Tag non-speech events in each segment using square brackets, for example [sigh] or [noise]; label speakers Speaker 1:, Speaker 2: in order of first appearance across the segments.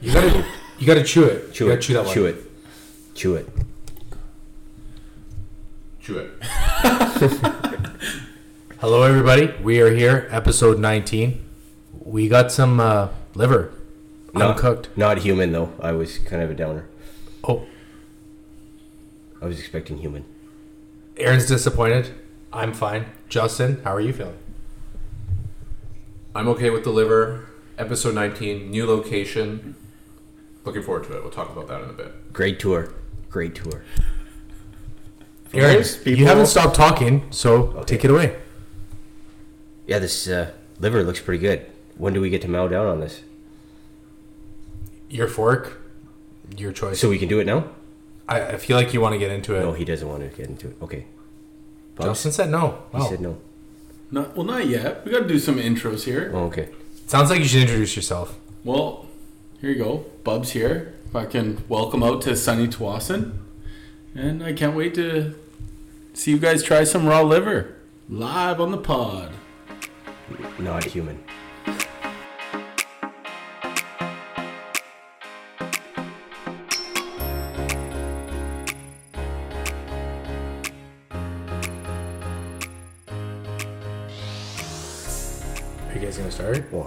Speaker 1: You gotta, you gotta chew it.
Speaker 2: Chew
Speaker 1: you
Speaker 2: it.
Speaker 1: gotta chew that one.
Speaker 2: Chew it. Chew it.
Speaker 1: Chew it. [laughs] Hello, everybody. We are here, episode 19. We got some uh, liver, uncooked.
Speaker 2: Not human though. I was kind of a downer.
Speaker 1: Oh,
Speaker 2: I was expecting human.
Speaker 1: Aaron's disappointed. I'm fine. Justin, how are you feeling?
Speaker 3: I'm okay with the liver. Episode 19, new location. Looking forward to it. We'll talk about that in a bit.
Speaker 2: Great tour. Great tour.
Speaker 1: Aaron,
Speaker 4: most
Speaker 1: you
Speaker 4: people-
Speaker 1: haven't stopped talking, so take it away.
Speaker 2: Yeah, this uh, liver looks pretty good. When do we get to mow down on this?
Speaker 1: Your fork, your choice.
Speaker 2: So we can do it now?
Speaker 1: I, I feel like you want to get into it.
Speaker 2: No, he doesn't want to get into it. Okay.
Speaker 1: Justin said no.
Speaker 2: He
Speaker 1: Wow.
Speaker 2: said no.
Speaker 4: Not, well, not yet. We got to do some intros here.
Speaker 2: Oh, okay.
Speaker 1: Sounds like you should introduce yourself.
Speaker 4: Well, here you go. Bub's here. Fucking welcome out to Sunny Tawasin. And I can't wait to see you guys try some raw liver live on the pod.
Speaker 2: Not human.
Speaker 1: Are you guys gonna start?
Speaker 2: Well,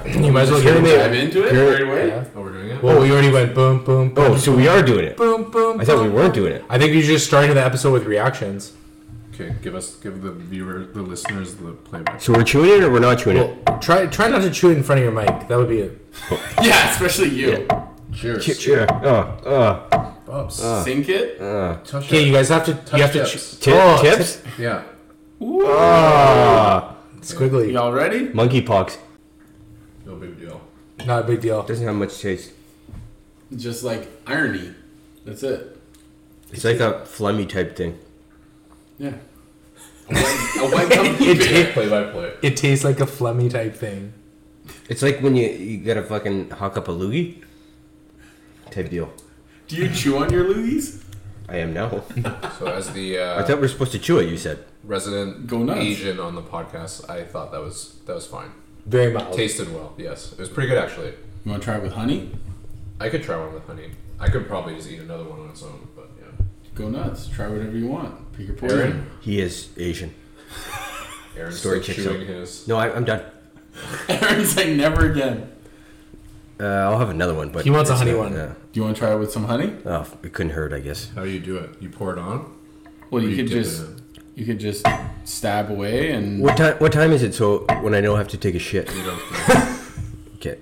Speaker 2: I,
Speaker 1: You might as well
Speaker 4: Should
Speaker 1: get
Speaker 4: we dive
Speaker 1: it.
Speaker 4: into it
Speaker 2: Here-
Speaker 4: right away?
Speaker 1: Yeah.
Speaker 3: Oh, we're doing it?
Speaker 1: Well, we already went boom, boom, boom,
Speaker 2: oh, so we are doing it.
Speaker 1: boom, boom.
Speaker 2: I thought we weren't doing it.
Speaker 1: I think you should just starting the episode with reactions.
Speaker 3: Okay, give us, give the viewer, the listeners the playback.
Speaker 2: So we're chewing it or we're not chewing
Speaker 1: Well, try try not to chew it in front of your mic. That would be it.
Speaker 4: [laughs] Yeah, especially you.
Speaker 3: Cheers.
Speaker 2: it? Chew it. Oh, oh.
Speaker 3: Bubs.
Speaker 4: Sink it.
Speaker 3: Touch
Speaker 1: Okay, Ah. you
Speaker 3: it.
Speaker 1: guys have to you have to
Speaker 3: tips.
Speaker 1: chew-
Speaker 2: Ti-
Speaker 1: Oh,
Speaker 2: tips?
Speaker 3: Yeah.
Speaker 1: Squiggly.
Speaker 4: Y'all ready?
Speaker 2: Monkeypox.
Speaker 3: No big deal.
Speaker 1: Not a big deal.
Speaker 2: Doesn't have much taste.
Speaker 4: Just like irony. That's it.
Speaker 2: It's like a phlegmy type thing.
Speaker 4: Yeah. A white- a white company beer.
Speaker 3: Play by play.
Speaker 1: It tastes like a phlegmy type thing.
Speaker 2: It's like when you you gotta fucking hock up a loogie. Type deal.
Speaker 4: Do you chew on your loogies?
Speaker 2: I
Speaker 1: [laughs]
Speaker 2: am now.
Speaker 3: So, as the
Speaker 2: I
Speaker 3: uh,
Speaker 2: thought we were supposed to chew it. You said.
Speaker 3: resident
Speaker 4: Go nuts.
Speaker 3: Asian on the podcast, I thought that was that was fine.
Speaker 1: Very mild.
Speaker 3: Tasted well, yes. It was pretty good, actually.
Speaker 4: You want to try it with honey?
Speaker 3: I could try one with honey. I could probably just eat another one on its own, but yeah.
Speaker 4: Go nuts. Try whatever you want. Pick your poison.
Speaker 3: Aaron?
Speaker 2: He is Asian.
Speaker 3: Aaron's
Speaker 2: Story
Speaker 3: still
Speaker 2: kicks
Speaker 3: chewing
Speaker 2: up.
Speaker 3: his.
Speaker 2: No, I, I'm done.
Speaker 4: [laughs] Aaron's like, never again.
Speaker 2: Uh, I'll have another one, but
Speaker 1: He wants a
Speaker 2: it's
Speaker 1: honey
Speaker 2: not-
Speaker 1: one.
Speaker 2: Uh,
Speaker 4: Do you want to try it with some honey?
Speaker 2: oh, it couldn't hurt, I guess.
Speaker 3: How do you do it? You pour it on?
Speaker 4: Well, you,
Speaker 3: You
Speaker 4: could
Speaker 3: dip it
Speaker 4: just
Speaker 3: in.
Speaker 4: you could just stab away and
Speaker 2: What time? What time is it? So when I don't have to take a shit.
Speaker 3: You
Speaker 2: [laughs]
Speaker 3: don't.
Speaker 2: Okay.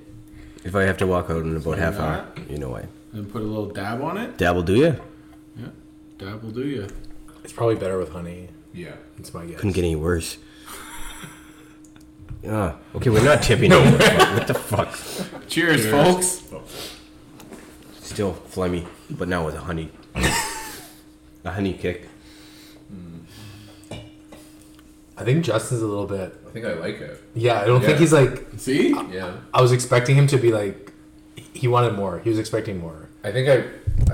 Speaker 2: If I have to walk out in about half hour, you know I
Speaker 4: and put a little dab on it.
Speaker 2: dabble. Do you?
Speaker 4: Yeah, dab will do you.
Speaker 1: It's probably better with honey.
Speaker 3: Yeah.
Speaker 1: It's my guess.
Speaker 2: Couldn't get any
Speaker 3: [laughs]
Speaker 2: worse. Ah, okay,
Speaker 1: [laughs]
Speaker 2: we're not tipping. no. What the fuck?
Speaker 4: Cheers, folks.
Speaker 2: Still phlegmy, but now with a honey. a honey kick.
Speaker 1: I think Justin's a little bit.
Speaker 3: I think I like it.
Speaker 1: Yeah, I don't
Speaker 3: Yeah.
Speaker 1: think he's like.
Speaker 4: See,
Speaker 3: Yeah.
Speaker 1: I was expecting him to be like. he wanted more. He was expecting more.
Speaker 5: I think I,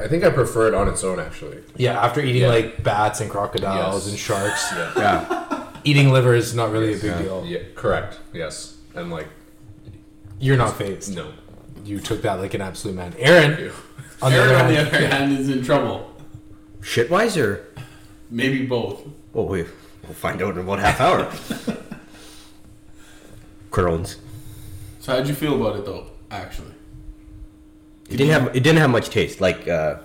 Speaker 5: I think I prefer it on its own actually.
Speaker 1: Yeah, after eating
Speaker 3: Yeah.
Speaker 1: like bats and crocodiles
Speaker 3: Yes.
Speaker 1: and sharks, [laughs]
Speaker 5: Yeah,
Speaker 1: eating liver is not really a big deal.
Speaker 5: yeah, correct. Yes, and like
Speaker 1: You're not phased.
Speaker 5: no,
Speaker 1: You took that like an absolute man. Aaron, on the
Speaker 4: Aaron,
Speaker 1: other
Speaker 4: on the
Speaker 1: hand,
Speaker 4: other hand, is in trouble.
Speaker 2: Shitwise or?
Speaker 4: Maybe both.
Speaker 2: Well, we, we'll find out in about half [laughs] hour. Crones.
Speaker 4: So how'd you feel about it though? Actually,
Speaker 2: It didn't have it didn't have much taste. Like uh,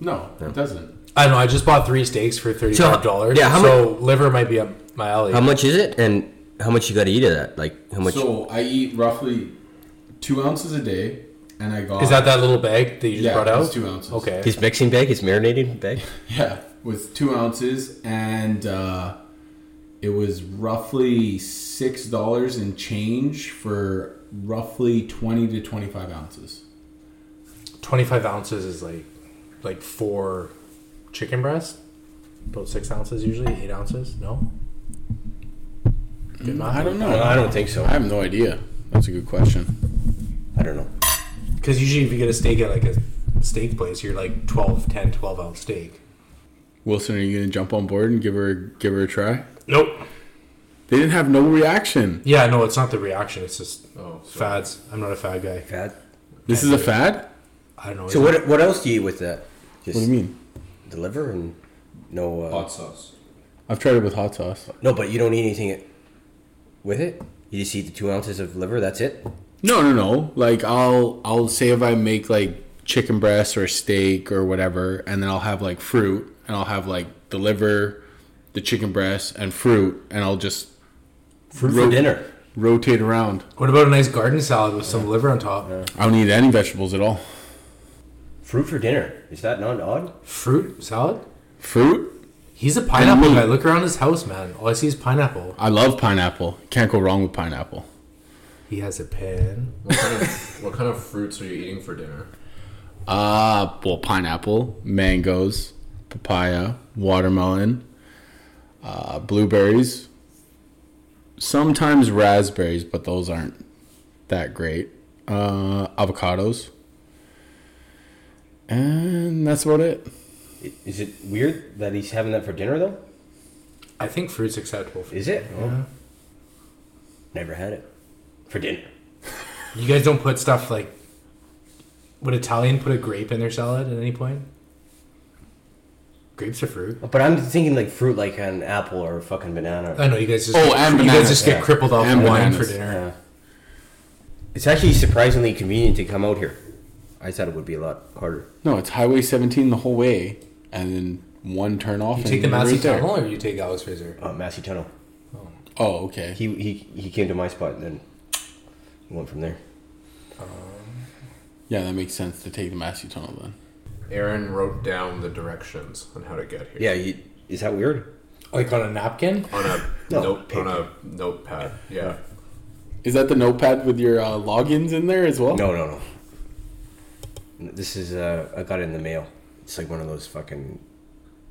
Speaker 4: no, it doesn't.
Speaker 1: I don't know. I just bought three steaks for thirty-five dollars.
Speaker 2: yeah, how
Speaker 1: so liver might be up my alley.
Speaker 2: how much is it, and how much you got to eat of that? Like how much?
Speaker 4: So I eat roughly two ounces a day, and I got
Speaker 1: Is that that little bag that you just
Speaker 4: Yeah,
Speaker 1: brought
Speaker 4: it's
Speaker 1: out?
Speaker 4: two ounces.
Speaker 1: Okay.
Speaker 2: his mixing bag, his marinating bag.
Speaker 4: yeah with two ounces, and uh, it was roughly six dollars in change for roughly twenty to twenty-five ounces.
Speaker 1: Twenty-five ounces is like like four chicken breasts, about six ounces usually, eight ounces. No.
Speaker 2: Mm,
Speaker 1: Good math.
Speaker 4: I don't know.
Speaker 2: I don't think so.
Speaker 4: I have no idea. That's a good question.
Speaker 2: I don't know.
Speaker 1: Because usually if you get a steak at like a steak place, you're like 12, 10, 12 ounce steak.
Speaker 4: Wilson, are you gonna jump on board and give her give her a try?
Speaker 1: Nope.
Speaker 4: They didn't have no reaction.
Speaker 1: Yeah, no, it's not the reaction. It's just
Speaker 2: Oh,
Speaker 1: fads. I'm not a fad guy.
Speaker 2: God.
Speaker 4: This is a fad.
Speaker 1: I don't know.
Speaker 2: So what what else do you eat with that? Just
Speaker 4: What do you mean?
Speaker 2: the liver and no uh,
Speaker 3: Hot sauce.
Speaker 4: I've tried it with hot sauce.
Speaker 2: no, but you don't eat anything with it. You just eat the two ounces of liver. That's it.
Speaker 4: No, no, no. Like I'll I'll say if I make like chicken breast or steak or whatever, and then I'll have like fruit, and I'll have like the liver, the chicken breast, and fruit, and I'll just
Speaker 2: Fruit
Speaker 4: Ro-
Speaker 2: for dinner.
Speaker 4: rotate around.
Speaker 1: What about a nice garden salad with some liver on top?
Speaker 4: I don't eat any vegetables at all.
Speaker 2: Fruit for dinner. Is that not odd?
Speaker 1: Fruit salad?
Speaker 4: Fruit.
Speaker 1: He's a pineapple
Speaker 2: Mm.
Speaker 4: meat.
Speaker 1: guy. Look around his house, man. All I see is pineapple.
Speaker 4: I love pineapple. Can't go wrong with pineapple.
Speaker 1: He has a pen.
Speaker 3: What kind, of, [laughs] what kind of fruits are you eating for dinner?
Speaker 4: Uh, well, pineapple, mangoes, papaya, watermelon, uh, blueberries, sometimes raspberries, but those aren't that great. Uh, avocados. And that's about it.
Speaker 2: I- Is it weird that he's having that for dinner though?
Speaker 1: I think fruit's acceptable. For
Speaker 2: Is it? Oh. Never had it for dinner.
Speaker 1: you guys don't put stuff like. Would Italian put a grape in their salad at any point? Grapes are fruit.
Speaker 2: But I'm thinking like fruit, like an apple or a fucking banana.
Speaker 1: I know you guys just
Speaker 4: Oh, and
Speaker 1: you guys
Speaker 4: bananas,
Speaker 1: just
Speaker 2: yeah.
Speaker 1: get crippled off
Speaker 4: And
Speaker 1: wine for
Speaker 4: bananas.
Speaker 1: dinner.
Speaker 2: Yeah. It's actually surprisingly convenient to come out here. I thought it would be a lot harder.
Speaker 4: No, it's Highway 17 the whole way, and then one turn off.
Speaker 1: You
Speaker 4: and
Speaker 1: take the
Speaker 4: you're
Speaker 1: Massey
Speaker 4: right there.
Speaker 1: Tunnel or you take Alice Fraser?
Speaker 2: Uh, Massey Tunnel.
Speaker 4: Oh, okay.
Speaker 2: He he he came to my spot and then went from there.
Speaker 4: Yeah, that makes sense to take the Massey Tunnel then.
Speaker 3: Aaron wrote down the directions on how to get here.
Speaker 2: Yeah, he, is that weird?
Speaker 1: Like on a napkin?
Speaker 3: On a
Speaker 2: No,
Speaker 3: note
Speaker 2: paper.
Speaker 3: on a notepad. Yeah.
Speaker 4: Is that the notepad with your uh, logins in there as well?
Speaker 2: No, no, no. This is uh, I got it in the mail. It's like one of those fucking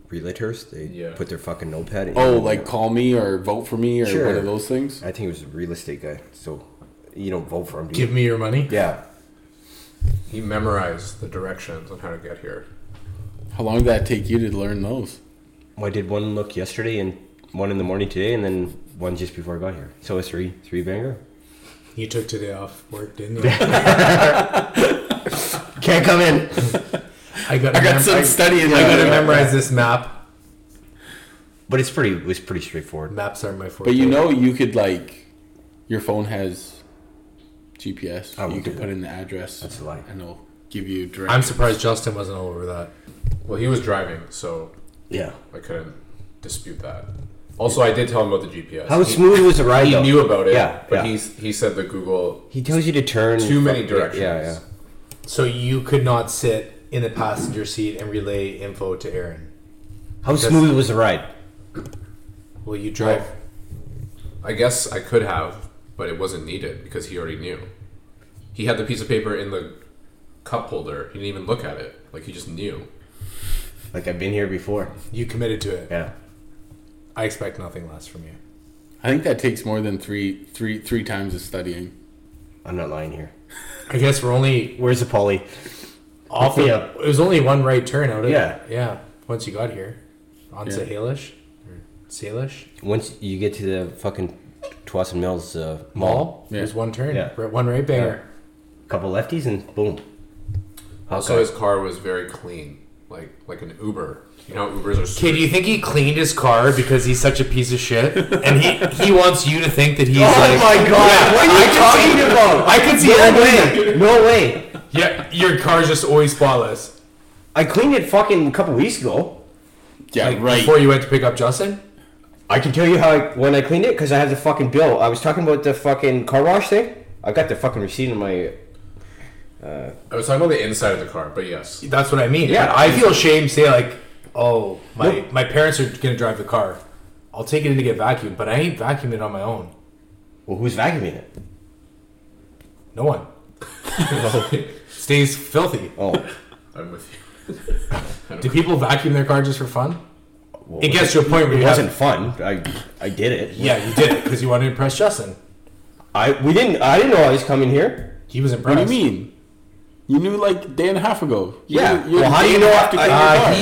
Speaker 2: realtors. They
Speaker 3: Yeah.
Speaker 2: put their fucking notepad. in
Speaker 4: Oh, like call me or vote for me or one
Speaker 2: Sure.
Speaker 4: of those things.
Speaker 2: I think it was a real estate guy. So you don't vote for him. Do you?
Speaker 1: Give me your money.
Speaker 2: Yeah.
Speaker 3: He memorized the directions on how to get here.
Speaker 4: How long did that take you to learn those?
Speaker 2: Well, I did one look yesterday and one in the morning today, and then one just before I got here. So it's three, three banger.
Speaker 1: You took today off work, didn't you?
Speaker 2: Can't come in.
Speaker 1: I got,
Speaker 4: [laughs] I
Speaker 1: to
Speaker 4: got
Speaker 1: mem-
Speaker 4: some
Speaker 1: I-
Speaker 4: studying.
Speaker 1: I gotta
Speaker 4: there.
Speaker 1: memorize this map.
Speaker 2: [laughs] But it's pretty, it's pretty straightforward.
Speaker 1: Maps are my forte.
Speaker 4: But you know, you could like, your phone has GPS.
Speaker 2: I won't
Speaker 4: You could
Speaker 2: do
Speaker 4: put
Speaker 2: that.
Speaker 4: in the address.
Speaker 2: That's a lie.
Speaker 4: And it'll give you direct.
Speaker 1: I'm surprised Justin wasn't all over that.
Speaker 3: Well, he was driving, so
Speaker 2: Yeah.
Speaker 3: I couldn't dispute that. Also, I did tell him about the GPS.
Speaker 2: How
Speaker 3: he,
Speaker 2: smooth was the ride?
Speaker 3: he
Speaker 2: though?
Speaker 3: knew about it,
Speaker 2: Yeah,
Speaker 3: but
Speaker 2: yeah.
Speaker 3: he's he said the Google
Speaker 2: he tells you to turn
Speaker 3: too many
Speaker 2: Yeah,
Speaker 3: directions.
Speaker 2: Yeah, yeah.
Speaker 1: So you could not sit in the passenger seat and relay info to Aaron.
Speaker 2: How smooth was the ride?
Speaker 1: Well, you drive.
Speaker 3: I guess I could have, but it wasn't needed because he already knew. He had the piece of paper in the cup holder. He didn't even look at it. Like he just knew.
Speaker 2: Like I've been here before.
Speaker 1: You committed to it.
Speaker 2: Yeah.
Speaker 1: I expect nothing less from you.
Speaker 4: I think that takes more than three, three, three times of studying.
Speaker 2: I'm not lying here.
Speaker 1: I guess we're only
Speaker 2: Where's the poly?
Speaker 1: off.
Speaker 2: [laughs] Yeah.
Speaker 1: It was only one right turn out of
Speaker 2: Yeah.
Speaker 1: Yeah. Once you got here, on yeah. Sahalish or Salish
Speaker 2: Once you get to the fucking Twasson Mills uh, mall,
Speaker 1: Mall,
Speaker 4: Yeah.
Speaker 1: there's one turn.
Speaker 2: Yeah.
Speaker 1: Right- One right banger.
Speaker 2: couple lefties and boom.
Speaker 3: Also, his car was very clean, like like an Uber. You know, how Ubers are.
Speaker 1: Kid,
Speaker 3: Super-
Speaker 1: do you think he cleaned his car because he's such a piece of shit, and he he wants you to think that
Speaker 2: [laughs]
Speaker 1: he's like,
Speaker 2: Oh god! what are you talking about?
Speaker 1: I can
Speaker 2: [laughs]
Speaker 1: see
Speaker 2: no
Speaker 1: that
Speaker 2: way! No way!
Speaker 1: yeah, your car's just always spotless.
Speaker 2: I cleaned it fucking a couple weeks ago.
Speaker 4: Yeah, right.
Speaker 1: Before you went to pick up Justin,
Speaker 2: I can tell you how I, when I cleaned it because I have the fucking bill. I was talking about the fucking car wash thing. I got the fucking receipt in my.
Speaker 3: I was talking about the inside of the car, but yes,
Speaker 1: that's what I mean.
Speaker 2: Yeah.
Speaker 1: But I feel shame. Say like, oh my
Speaker 2: Nope.
Speaker 1: my parents are gonna drive the car. I'll take it in to get vacuumed, but I ain't vacuuming it on my own.
Speaker 2: Well, who's vacuuming it?
Speaker 1: No one stays filthy.
Speaker 2: [laughs] Oh,
Speaker 3: I'm with you.
Speaker 1: Do people vacuum their car just for fun? it gets to a point where
Speaker 2: it
Speaker 1: you
Speaker 2: wasn't
Speaker 1: wasn't.
Speaker 2: fun. I I did it.
Speaker 1: Yeah, you did it because you wanted to impress Justin.
Speaker 2: I we didn't. I didn't know I was coming here.
Speaker 1: He was
Speaker 4: What
Speaker 1: impressed.
Speaker 4: do you mean? You knew like a day and a half ago. You
Speaker 2: Yeah.
Speaker 4: knew- you
Speaker 2: Well, how
Speaker 4: had
Speaker 2: do
Speaker 4: a
Speaker 2: you
Speaker 4: day and
Speaker 2: know
Speaker 4: a half to
Speaker 2: I-
Speaker 4: clean your
Speaker 2: I-
Speaker 4: car.
Speaker 1: Uh,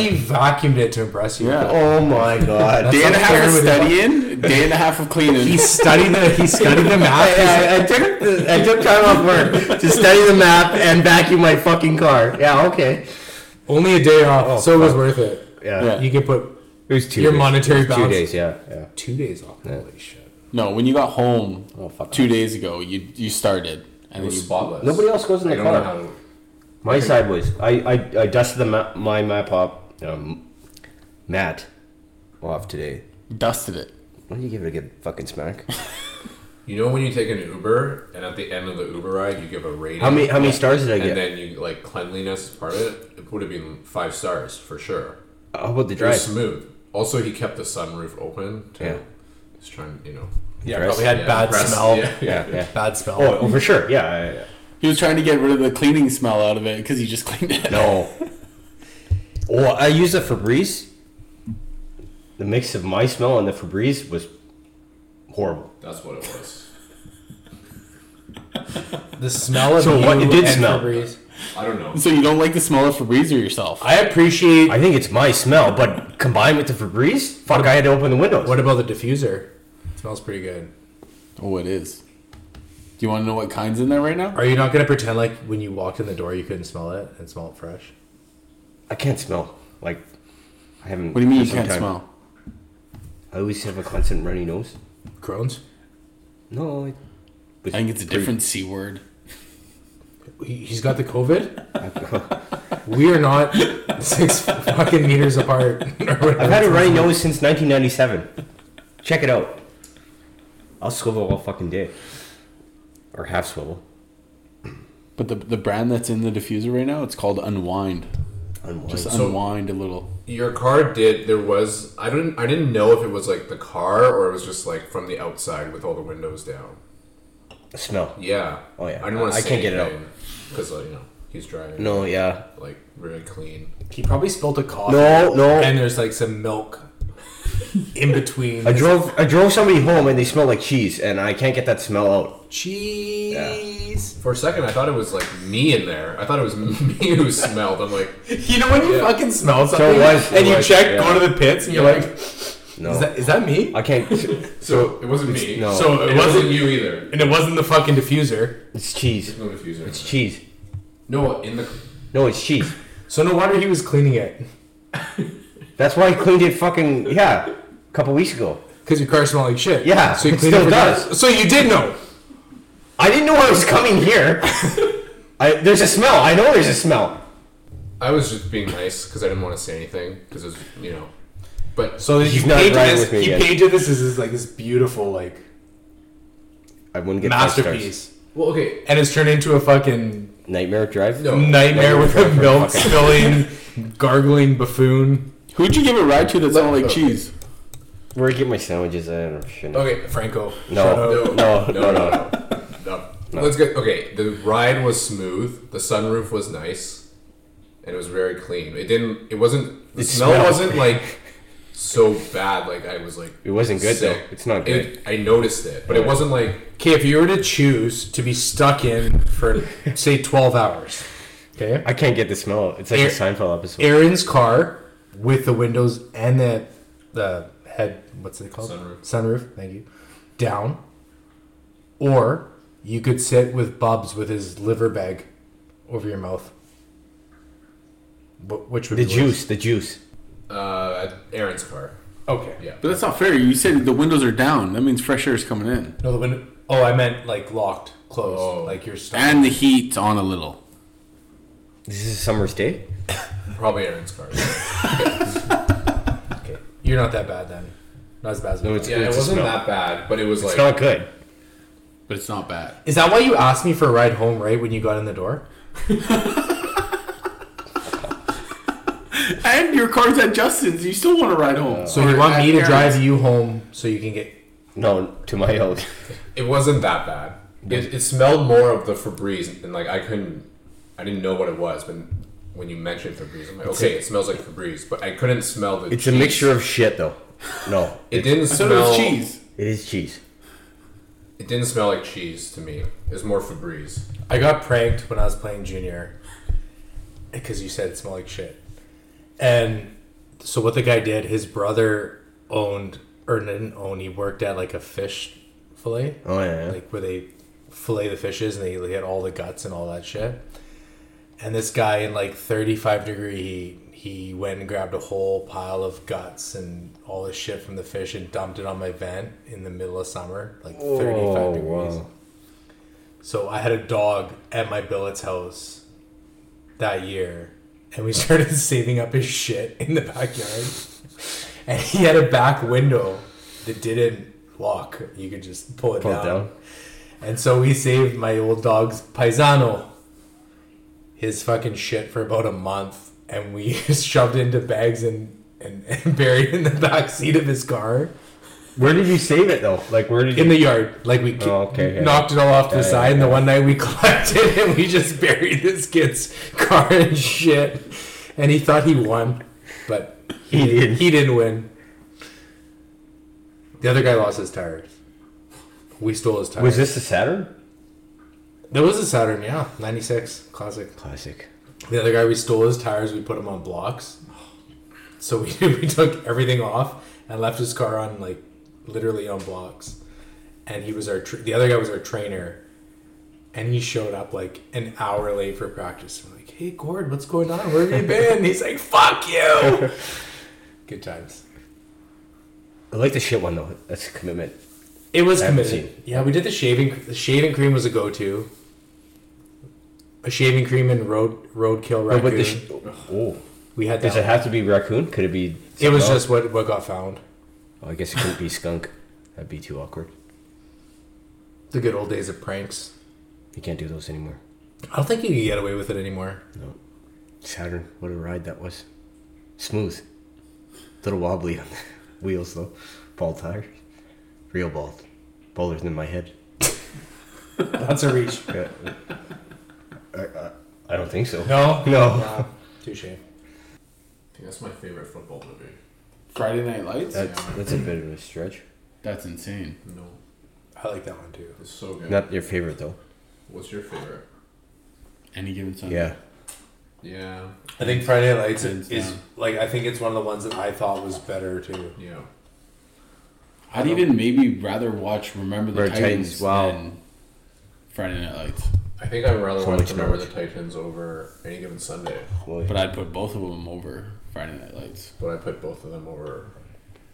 Speaker 1: he vacuumed it to impress you.
Speaker 4: Yeah.
Speaker 2: Oh my god!
Speaker 4: uh, Day and a
Speaker 1: I'm
Speaker 4: half
Speaker 1: sharing
Speaker 4: of
Speaker 1: with you.
Speaker 4: studying, day and a half
Speaker 2: [laughs]
Speaker 4: of cleaning.
Speaker 1: He studied the he studied the math.
Speaker 2: I, I, I took the, I took time off work to study the map and vacuum my fucking car. Yeah, okay.
Speaker 1: Only a day off,
Speaker 2: Oh,
Speaker 1: so it was
Speaker 2: fuck.
Speaker 1: worth it.
Speaker 2: Yeah,
Speaker 4: Yeah.
Speaker 1: You could put
Speaker 2: it was two.
Speaker 1: Your
Speaker 2: days.
Speaker 1: monetary
Speaker 2: It was
Speaker 1: balance.
Speaker 2: Two days. Yeah, yeah.
Speaker 1: two days off. Holy shit!
Speaker 4: No, when you got home
Speaker 2: Oh, fuck
Speaker 4: two
Speaker 2: off.
Speaker 4: days ago, you you started and then
Speaker 3: It was
Speaker 4: you
Speaker 3: spotless.
Speaker 2: Nobody else goes in
Speaker 3: I
Speaker 2: the
Speaker 3: don't know
Speaker 2: car.
Speaker 3: how.
Speaker 2: My side was I, I, I dusted the ma- my map up um, Matt off today.
Speaker 4: dusted it.
Speaker 2: Why don't you give it a good fucking smack?
Speaker 3: You know when you take an Uber and at the end of the Uber ride you give a rating.
Speaker 2: How many how many stars did I
Speaker 3: And
Speaker 2: get?
Speaker 3: then you like cleanliness is part of it. It would have been five stars for sure.
Speaker 2: How about the
Speaker 3: It was
Speaker 2: drive?
Speaker 3: smooth. Also, he kept the sunroof open. To,
Speaker 2: Yeah.
Speaker 3: He's trying, you know.
Speaker 1: Yeah,
Speaker 2: Dress?
Speaker 1: probably had
Speaker 3: yeah,
Speaker 1: bad
Speaker 3: impress-
Speaker 1: smell.
Speaker 3: Yeah, yeah.
Speaker 2: Yeah, yeah.
Speaker 1: [laughs] Bad smell.
Speaker 2: Oh, oh, for sure. Yeah, yeah, yeah.
Speaker 4: He was trying to get rid of the cleaning smell out of it because he just [laughs] cleaned it.
Speaker 2: [laughs] No. oh, I used the Febreze. The mix of my smell and the Febreze was horrible.
Speaker 3: That's what it was.
Speaker 1: The smell of
Speaker 2: So
Speaker 1: you
Speaker 2: what- it did
Speaker 1: and
Speaker 2: smell.
Speaker 1: Febreze.
Speaker 3: I don't know.
Speaker 4: So you don't like the smell of Febreze or yourself?
Speaker 1: I appreciate.
Speaker 2: I think it's my smell, but combined with the Febreze, fuck, I had to open the windows.
Speaker 1: What about the diffuser? It smells pretty good.
Speaker 4: Oh, it is. Do you want to know what kind's in there right now?
Speaker 1: Are you not gonna pretend like when you walked in the door you couldn't smell it and smell it fresh?
Speaker 2: I can't smell. Like, I haven't.
Speaker 4: What do you mean
Speaker 2: for
Speaker 4: you
Speaker 2: some
Speaker 4: can't
Speaker 2: time.
Speaker 4: smell?
Speaker 2: I always have a constant runny nose.
Speaker 1: Crohn's.
Speaker 2: No, it was
Speaker 4: I think it's a different C word.
Speaker 1: He, he's got the COVID. we are not [laughs] six fucking meters apart.
Speaker 2: [laughs]
Speaker 1: [laughs]
Speaker 2: I've
Speaker 4: [laughs]
Speaker 2: had a runny nose since 1997. Check it out. I'll swivel all fucking day, or half swivel.
Speaker 4: But the, the brand that's in the diffuser right now, it's called Unwind.
Speaker 2: Unwind.
Speaker 4: Just
Speaker 3: So-
Speaker 4: unwind a little.
Speaker 3: Your car did. There was. I didn't. I didn't know if it was like the car or it was just like from the outside with all the windows down.
Speaker 2: smell.
Speaker 3: Yeah.
Speaker 2: Oh, yeah.
Speaker 3: I didn't want
Speaker 2: I-
Speaker 3: to.
Speaker 2: I can't get it out.
Speaker 3: because uh, you know he's driving.
Speaker 2: No, yeah.
Speaker 3: Like really clean.
Speaker 1: He probably spilled a coffee.
Speaker 2: No, no.
Speaker 1: And there's like some milk in between.
Speaker 2: I drove I drove somebody home and they smell like cheese and I can't get that smell out.
Speaker 1: cheese.
Speaker 3: For a second, I thought it was like me in there. I thought it was [laughs] me who smelled. I'm like,
Speaker 1: [laughs] You know when you
Speaker 3: Yeah.
Speaker 1: fucking smell something
Speaker 2: it was-
Speaker 1: and
Speaker 2: it
Speaker 1: you
Speaker 2: was,
Speaker 1: check,
Speaker 2: yeah.
Speaker 1: go to the pits, and you're like, is
Speaker 2: No.
Speaker 1: that, is that me? [laughs]
Speaker 2: I can't
Speaker 3: so it wasn't me.
Speaker 2: no.
Speaker 3: So it, wasn't, you either.
Speaker 1: And it wasn't the fucking diffuser.
Speaker 2: it's cheese.
Speaker 3: No diffuser.
Speaker 2: It's cheese.
Speaker 3: No, in the
Speaker 2: No, it's cheese.
Speaker 1: So no wonder he was cleaning it
Speaker 2: That's why I cleaned it fucking yeah, a couple weeks ago.
Speaker 1: because your car smelled like shit.
Speaker 2: Yeah,
Speaker 1: So you
Speaker 2: it
Speaker 1: cleaned it
Speaker 2: still
Speaker 1: for
Speaker 2: does.
Speaker 1: does. So you did know.
Speaker 2: I didn't know I was coming
Speaker 1: [laughs]
Speaker 2: here. I there's a smell. I know there's a smell.
Speaker 3: I was just being nice because I didn't want to say anything because it was, you know. But so
Speaker 1: So
Speaker 2: He's
Speaker 1: he
Speaker 2: not
Speaker 1: painted
Speaker 2: riding
Speaker 1: this.
Speaker 2: with me
Speaker 1: He
Speaker 2: yet.
Speaker 1: painted this as this, like this beautiful like
Speaker 2: I wouldn't get five stars.
Speaker 1: masterpiece,
Speaker 3: well, okay,
Speaker 1: and it's turned into a fucking
Speaker 2: Nightmare Drive.
Speaker 3: No.
Speaker 1: nightmare with a
Speaker 2: Nightmare
Speaker 1: milk
Speaker 2: fucking- [laughs]
Speaker 1: spilling, gargling buffoon.
Speaker 4: Who'd you give a ride to that smelled like
Speaker 3: okay.
Speaker 4: cheese?
Speaker 2: Where I get my sandwiches? I don't know. Shit.
Speaker 3: okay,
Speaker 1: Franco. Oh, Shut up.
Speaker 2: No, no, no, no, no.
Speaker 3: no. Let's get okay. The ride was smooth. The sunroof was nice, and it was very clean. It didn't. It wasn't. The smell
Speaker 2: smelled-
Speaker 3: wasn't like so bad. Like I was like,
Speaker 2: It wasn't good, though.
Speaker 3: sick.
Speaker 2: It's not
Speaker 3: It-
Speaker 2: good.
Speaker 3: I noticed it, but it wasn't like
Speaker 1: Okay, if you were to choose to be stuck in for say twelve hours, okay,
Speaker 2: I can't get the smell. It's like
Speaker 1: Air-
Speaker 2: a Seinfeld episode.
Speaker 1: Aaron's car with the windows and the the head what's it called
Speaker 3: Sunroof.
Speaker 1: Sunroof. Thank you. Down. Or you could sit with Bubs with his liver bag over your mouth. Wh- Which would
Speaker 2: the
Speaker 1: be worse?
Speaker 2: juice, the juice.
Speaker 3: uh, Aaron's car.
Speaker 1: Okay.
Speaker 3: Yeah.
Speaker 4: But that's not fair. You said the windows are down. That means fresh air is coming in.
Speaker 1: No, the window. Oh, I meant like locked, closed,
Speaker 3: Oh.
Speaker 1: like you're stuck.
Speaker 4: And the heat's on a little.
Speaker 2: This is a summer's day.
Speaker 3: Probably Aaron's car.
Speaker 1: [laughs] okay. You're not that bad then. Not as bad as.
Speaker 2: No,
Speaker 1: me.
Speaker 2: it's,
Speaker 3: yeah, it
Speaker 2: it's a
Speaker 3: wasn't
Speaker 2: smell.
Speaker 3: that bad, but it was
Speaker 2: It's
Speaker 3: like
Speaker 2: not good.
Speaker 4: But it's not bad.
Speaker 1: Is that why you asked me for a ride home right when you got in the door?
Speaker 4: And your car's at Justin's. You still want to ride home.
Speaker 1: So you want
Speaker 3: at
Speaker 1: me to drive
Speaker 3: Aaron's.
Speaker 1: you home so you can get
Speaker 2: No, to my [laughs] house.
Speaker 3: it wasn't that bad. It, it smelled more of the Febreze, and like I couldn't, I didn't know what it was, but when you mentioned Febreze, I'm like, okay, it smells like Febreze, but I couldn't smell the.
Speaker 2: It's a mixture of shit, though. No,
Speaker 3: It didn't
Speaker 4: So does
Speaker 3: smell
Speaker 4: cheese.
Speaker 2: it is cheese.
Speaker 3: It didn't smell like cheese to me. It was more Febreze.
Speaker 1: I got pranked when I was playing junior because you said it smelled like shit. And so what the guy did, his brother owned or didn't own. He worked at like a fish fillet,
Speaker 2: Oh yeah.
Speaker 1: like where they fillet the fishes and they get all the guts and all that shit. And this guy in like 35 degree heat, he went and grabbed a whole pile of guts and all this shit from the fish and dumped it on my vent in the middle of summer, like 35 degrees.
Speaker 2: wow.
Speaker 1: So I had a dog at my billet's house that year, and we [laughs] started saving up his shit in the backyard. and he had a back window that didn't lock; you could just pull it,
Speaker 2: Pull it
Speaker 1: down.
Speaker 2: down.
Speaker 1: And so we saved my old dog's paisano, his fucking shit for about a month, and we [laughs] shoved it into bags and, and, and buried in the back seat of his car
Speaker 2: Where did you save it though? Like where did you?
Speaker 1: in the yard. Like we ki-
Speaker 2: Oh, okay, yeah.
Speaker 1: knocked it all off to the
Speaker 2: Yeah,
Speaker 1: side,
Speaker 2: yeah,
Speaker 1: and the one night we [laughs] collected and we just buried this kid's [laughs] car and shit. And he thought he won, but he,
Speaker 2: He
Speaker 1: didn't-
Speaker 2: didn't.
Speaker 1: He didn't win. The other guy lost his tires. We stole his tires.
Speaker 2: was this a Saturn?
Speaker 1: There was a Saturn, yeah, '96 classic.
Speaker 2: Classic.
Speaker 1: The other guy, we stole his tires. We put him on blocks. So we [laughs] we took everything off and left his car on like literally on blocks. And he was our tr the other guy was our trainer, and he showed up like an hour late for practice. I'm like, hey Gord, what's going on? Where have you been? he's like, fuck
Speaker 2: [laughs]
Speaker 1: you. Good times.
Speaker 2: I like the shit one though. That's a commitment.
Speaker 1: It was
Speaker 2: I haven't
Speaker 1: committed. Yeah, we did the shaving. The shaving cream was a go-to. A shaving cream and road roadkill
Speaker 2: But
Speaker 1: raccoon.
Speaker 2: with the sh- oh,
Speaker 1: we had that.
Speaker 2: does it
Speaker 1: one.
Speaker 2: have to be raccoon? Could it be?
Speaker 1: It was
Speaker 2: something
Speaker 1: just what what got found.
Speaker 2: else? Oh, I guess it couldn't be skunk. That'd be too awkward.
Speaker 1: The good old days of pranks.
Speaker 2: You can't do those anymore.
Speaker 1: I don't think you can get away with it anymore.
Speaker 2: No. Saturn. What a ride that was. Smooth. Little wobbly on the [laughs] wheels though. Bald tires. Real bald. Bolder than my
Speaker 4: [laughs]
Speaker 2: head.
Speaker 1: That's a reach.
Speaker 2: Yeah. I, I, I don't think so.
Speaker 1: No, [laughs]
Speaker 2: No.
Speaker 1: no, touche.
Speaker 3: I think that's my favorite football movie.
Speaker 4: Friday Night Lights?
Speaker 2: That's that's a bit of a stretch.
Speaker 4: That's insane.
Speaker 3: No,
Speaker 1: I like that one too.
Speaker 3: it's so good.
Speaker 2: Not your favorite though.
Speaker 3: What's your favorite?
Speaker 4: Any given Sunday.
Speaker 2: Yeah.
Speaker 3: Yeah,
Speaker 1: I think Friday Night Lights
Speaker 4: Hands
Speaker 1: is, is
Speaker 4: down.
Speaker 1: like I think it's one of the ones that I thought was better too.
Speaker 3: yeah.
Speaker 4: I'd even maybe rather watch Remember the
Speaker 2: Remember the
Speaker 4: Titans,
Speaker 2: Titans, wow.
Speaker 4: than Friday Night Lights.
Speaker 3: I think I'd rather
Speaker 2: So
Speaker 3: watch
Speaker 2: much
Speaker 3: Remember the
Speaker 2: knowledge.
Speaker 3: Titans over any given Sunday,
Speaker 4: But I'd put both of them over Friday Night Lights.
Speaker 3: but I put both of them over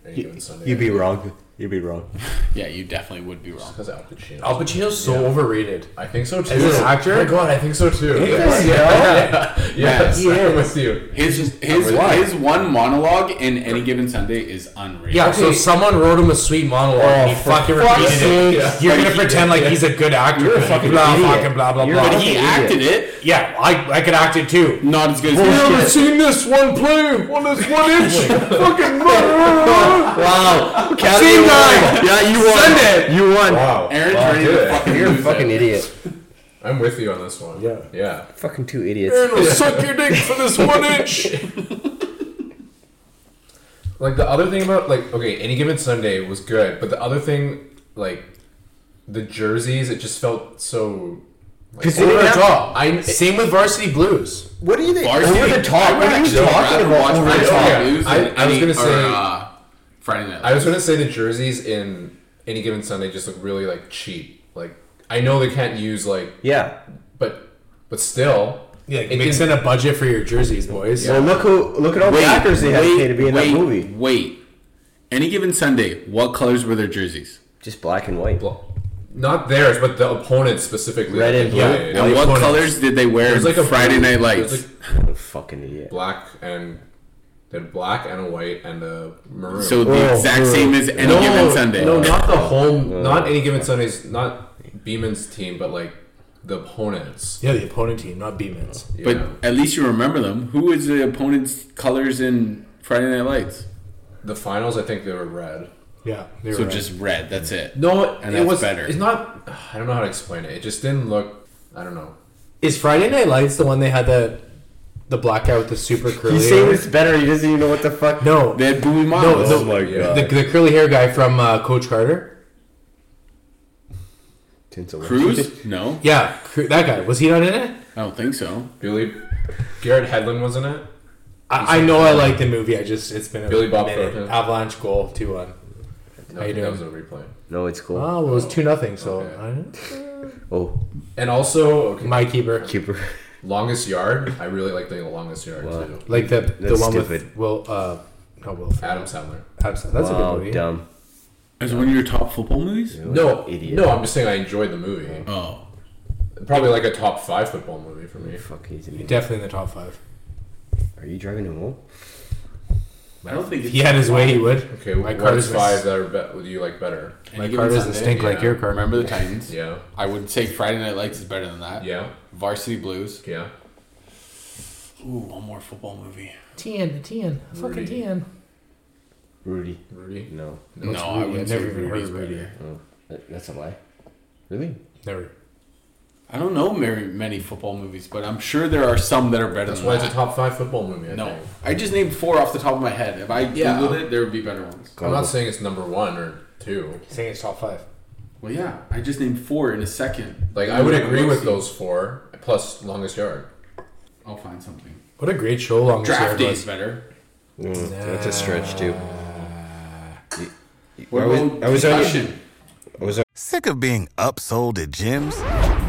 Speaker 3: any given Sunday.
Speaker 2: You'd be wrong. You'd be wrong.
Speaker 4: Yeah, you definitely would be wrong.
Speaker 3: because Al Pacino.
Speaker 1: Al Pacino's so overrated.
Speaker 3: I think so too.
Speaker 1: an actor?
Speaker 3: Oh my god, I think so too. Yes, [laughs] yes,
Speaker 1: He
Speaker 3: I'm
Speaker 1: is.
Speaker 3: with you.
Speaker 4: His his his one monologue in any given Sunday is unreal.
Speaker 1: Yeah, so
Speaker 3: Okay.
Speaker 1: someone wrote him a sweet monologue. and he
Speaker 2: Oh, for
Speaker 1: fucking
Speaker 2: fuck's
Speaker 1: repeated it.
Speaker 2: sake.
Speaker 1: You're gonna pretend like he's a good actor.
Speaker 2: You're a
Speaker 1: but
Speaker 2: fucking
Speaker 1: blah,
Speaker 2: idiot.
Speaker 1: fucking blah blah
Speaker 2: You're
Speaker 1: blah.
Speaker 2: a
Speaker 4: but he
Speaker 2: Idiot.
Speaker 4: acted it
Speaker 1: yeah, I I could act it too.
Speaker 4: not as good as
Speaker 1: I've
Speaker 4: him.
Speaker 1: never seen this one play on this one inch. [laughs] fucking
Speaker 2: Wow.
Speaker 1: Scene nine.
Speaker 2: Yeah, you won.
Speaker 1: Sunday.
Speaker 2: You won.
Speaker 3: Wow,
Speaker 4: Aaron's
Speaker 3: Wow,
Speaker 4: ready
Speaker 3: dude.
Speaker 4: to fucking
Speaker 2: You're a
Speaker 4: lose
Speaker 2: fucking
Speaker 4: it.
Speaker 2: idiot.
Speaker 3: I'm with you on this one.
Speaker 1: Yeah.
Speaker 3: yeah.
Speaker 2: Fucking two
Speaker 1: [laughs]
Speaker 2: idiots.
Speaker 1: Suck your dick for this one inch.
Speaker 3: like the other thing about like okay, any given Sunday was good, but the other thing like the jerseys, it just felt so. Like,
Speaker 1: Because they didn't have-
Speaker 3: I
Speaker 1: Same with Varsity Blues.
Speaker 2: What do you think?
Speaker 4: Varsity-
Speaker 2: Over the top.
Speaker 4: I
Speaker 2: What are you
Speaker 4: actually would
Speaker 2: talking
Speaker 4: rather
Speaker 2: about?
Speaker 4: watch
Speaker 2: Over
Speaker 4: Friday
Speaker 2: the
Speaker 3: Varsity
Speaker 2: top.
Speaker 4: Night
Speaker 3: Yeah,
Speaker 4: Blues
Speaker 3: I-
Speaker 4: than
Speaker 3: I was
Speaker 4: any-
Speaker 3: gonna say-
Speaker 4: or, uh, Friday Night.
Speaker 3: I was gonna say the jerseys in any given Sunday just look really like cheap. Like I know they can't use like,
Speaker 2: Yeah.
Speaker 3: but but still,
Speaker 1: Yeah,
Speaker 3: It
Speaker 1: mix in a
Speaker 3: didn't-
Speaker 1: budget for your jerseys, boys.
Speaker 2: Well, look who look at all the actors they had to pay to be in
Speaker 4: wait,
Speaker 2: that movie.
Speaker 4: Wait, any given Sunday, what colors were their jerseys?
Speaker 2: Just black and white.
Speaker 3: well, not theirs, but the opponents specifically.
Speaker 2: Red
Speaker 3: like,
Speaker 2: and
Speaker 3: they
Speaker 2: blue.
Speaker 3: played.
Speaker 4: And
Speaker 3: It
Speaker 4: what
Speaker 3: was
Speaker 4: colors did they wear? in
Speaker 3: like a
Speaker 4: Friday Night
Speaker 3: it was
Speaker 4: Lights.
Speaker 3: like
Speaker 2: What a fucking idiot.
Speaker 3: black and they had black and a white and a maroon.
Speaker 4: so the
Speaker 2: Whoa,
Speaker 4: exact
Speaker 2: whoa.
Speaker 4: same as any
Speaker 3: no,
Speaker 4: given Sunday.
Speaker 3: No, not the home,
Speaker 2: Oh.
Speaker 3: not any given Sundays, not Beeman's team, but like the opponents.
Speaker 1: Yeah, the opponent team, not Beeman's.
Speaker 3: you
Speaker 4: But
Speaker 3: know.
Speaker 4: at least you remember them. Who was the opponent's colors in Friday Night Lights?
Speaker 3: the finals, I think they were red.
Speaker 1: Yeah, they were
Speaker 4: So
Speaker 1: right.
Speaker 4: just red. That's it.
Speaker 3: No,
Speaker 4: And
Speaker 3: it
Speaker 4: that's
Speaker 3: was
Speaker 4: better.
Speaker 3: It's not. I don't know how to explain it. It just didn't look. I don't know.
Speaker 1: is Friday Night Lights the one they had the the black guy with the super curly?
Speaker 2: He's
Speaker 1: hair?
Speaker 2: saying it's better. He doesn't even know what the fuck. [laughs] Oh
Speaker 1: no,
Speaker 4: They
Speaker 1: the,
Speaker 4: had Bowie
Speaker 1: No,
Speaker 4: Miles.
Speaker 1: the-
Speaker 2: my
Speaker 3: yeah.
Speaker 1: the curly hair guy from uh, Coach Carter.
Speaker 2: Tinsel.
Speaker 4: Cruz? No,
Speaker 1: Yeah, cr- that guy was he not in it?
Speaker 4: I don't think so.
Speaker 3: Billy, Garrett Hedlund was in it.
Speaker 1: I, I know I like the movie. I just it's been a
Speaker 3: Billy Bob
Speaker 1: minute.
Speaker 3: Thornton.
Speaker 1: Avalanche goal two one.
Speaker 3: No,
Speaker 1: How
Speaker 3: I
Speaker 1: you
Speaker 3: think that was a
Speaker 1: doing?
Speaker 3: replay.
Speaker 2: [laughs] No, it's cool.
Speaker 1: Oh, well, it was two nothing. So
Speaker 3: Okay.
Speaker 1: I don't-
Speaker 2: Oh,
Speaker 3: And also, okay,
Speaker 1: my keeper,
Speaker 2: keeper.
Speaker 3: longest yard. I really like the longest yard too.
Speaker 1: like the the
Speaker 2: That's
Speaker 1: one with
Speaker 2: stupid.
Speaker 1: Will. Uh, no, Will.
Speaker 3: Adam Sandler.
Speaker 1: Abs- that's a
Speaker 2: wow,
Speaker 1: good movie.
Speaker 2: dumb.
Speaker 4: Is one of your top football movies?
Speaker 3: No,
Speaker 2: idiot.
Speaker 3: no. I'm just saying I enjoyed the movie.
Speaker 4: Oh,
Speaker 3: Probably like a top five football movie for me.
Speaker 2: Fuck, he's an idiot.
Speaker 1: Definitely in the top five.
Speaker 2: Are you driving him home?
Speaker 4: I don't think
Speaker 1: If
Speaker 4: it's
Speaker 1: he had his way, he would.
Speaker 3: Okay,
Speaker 1: my
Speaker 3: what Carter's
Speaker 1: Carter's
Speaker 3: five
Speaker 1: was-
Speaker 3: that are be- would you like better?
Speaker 1: My
Speaker 4: Any
Speaker 1: card
Speaker 4: given
Speaker 1: doesn't
Speaker 4: Sunday,
Speaker 1: stink like
Speaker 3: yeah.
Speaker 1: your card.
Speaker 4: Remember the Titans?
Speaker 3: Yeah,
Speaker 4: I would say Friday Night Lights is better than that.
Speaker 3: yeah,
Speaker 4: Varsity Blues.
Speaker 3: yeah.
Speaker 4: Ooh, one more football movie.
Speaker 1: Tien, Tien, fucking
Speaker 3: Rudy.
Speaker 1: Tien.
Speaker 2: Rudy.
Speaker 3: Rudy.
Speaker 2: No.
Speaker 4: No,
Speaker 1: it's
Speaker 4: I
Speaker 1: Rudy.
Speaker 4: wouldn't
Speaker 1: I've
Speaker 4: say
Speaker 1: never even heard
Speaker 4: Rudy's
Speaker 1: of Rudy.
Speaker 4: better.
Speaker 2: Oh, that- that's a lie. Really?
Speaker 1: Never.
Speaker 4: I don't know very many football movies, but I'm sure there are some that are better
Speaker 3: That's
Speaker 4: than
Speaker 3: why it's
Speaker 4: that.
Speaker 3: a top five football movie. I
Speaker 4: no,
Speaker 3: think.
Speaker 4: I just named four off the top of my head. If I
Speaker 3: Yeah.
Speaker 4: googled it, there would be better ones.
Speaker 3: I'm not saying it's number one or two.
Speaker 1: Saying it's top five.
Speaker 4: Well, yeah, I just named four in a second.
Speaker 3: Like I would
Speaker 4: I'll
Speaker 3: agree with
Speaker 4: see.
Speaker 3: those four plus longest yard.
Speaker 4: I'll find something.
Speaker 1: What a great show
Speaker 3: Oh,
Speaker 1: long
Speaker 4: Draft
Speaker 1: Yard
Speaker 4: Day is better.
Speaker 2: Mm, That's a stretch, too.
Speaker 4: What
Speaker 2: I was-
Speaker 4: about
Speaker 2: I was already-
Speaker 4: concussion?
Speaker 6: Sick of being upsold at gyms?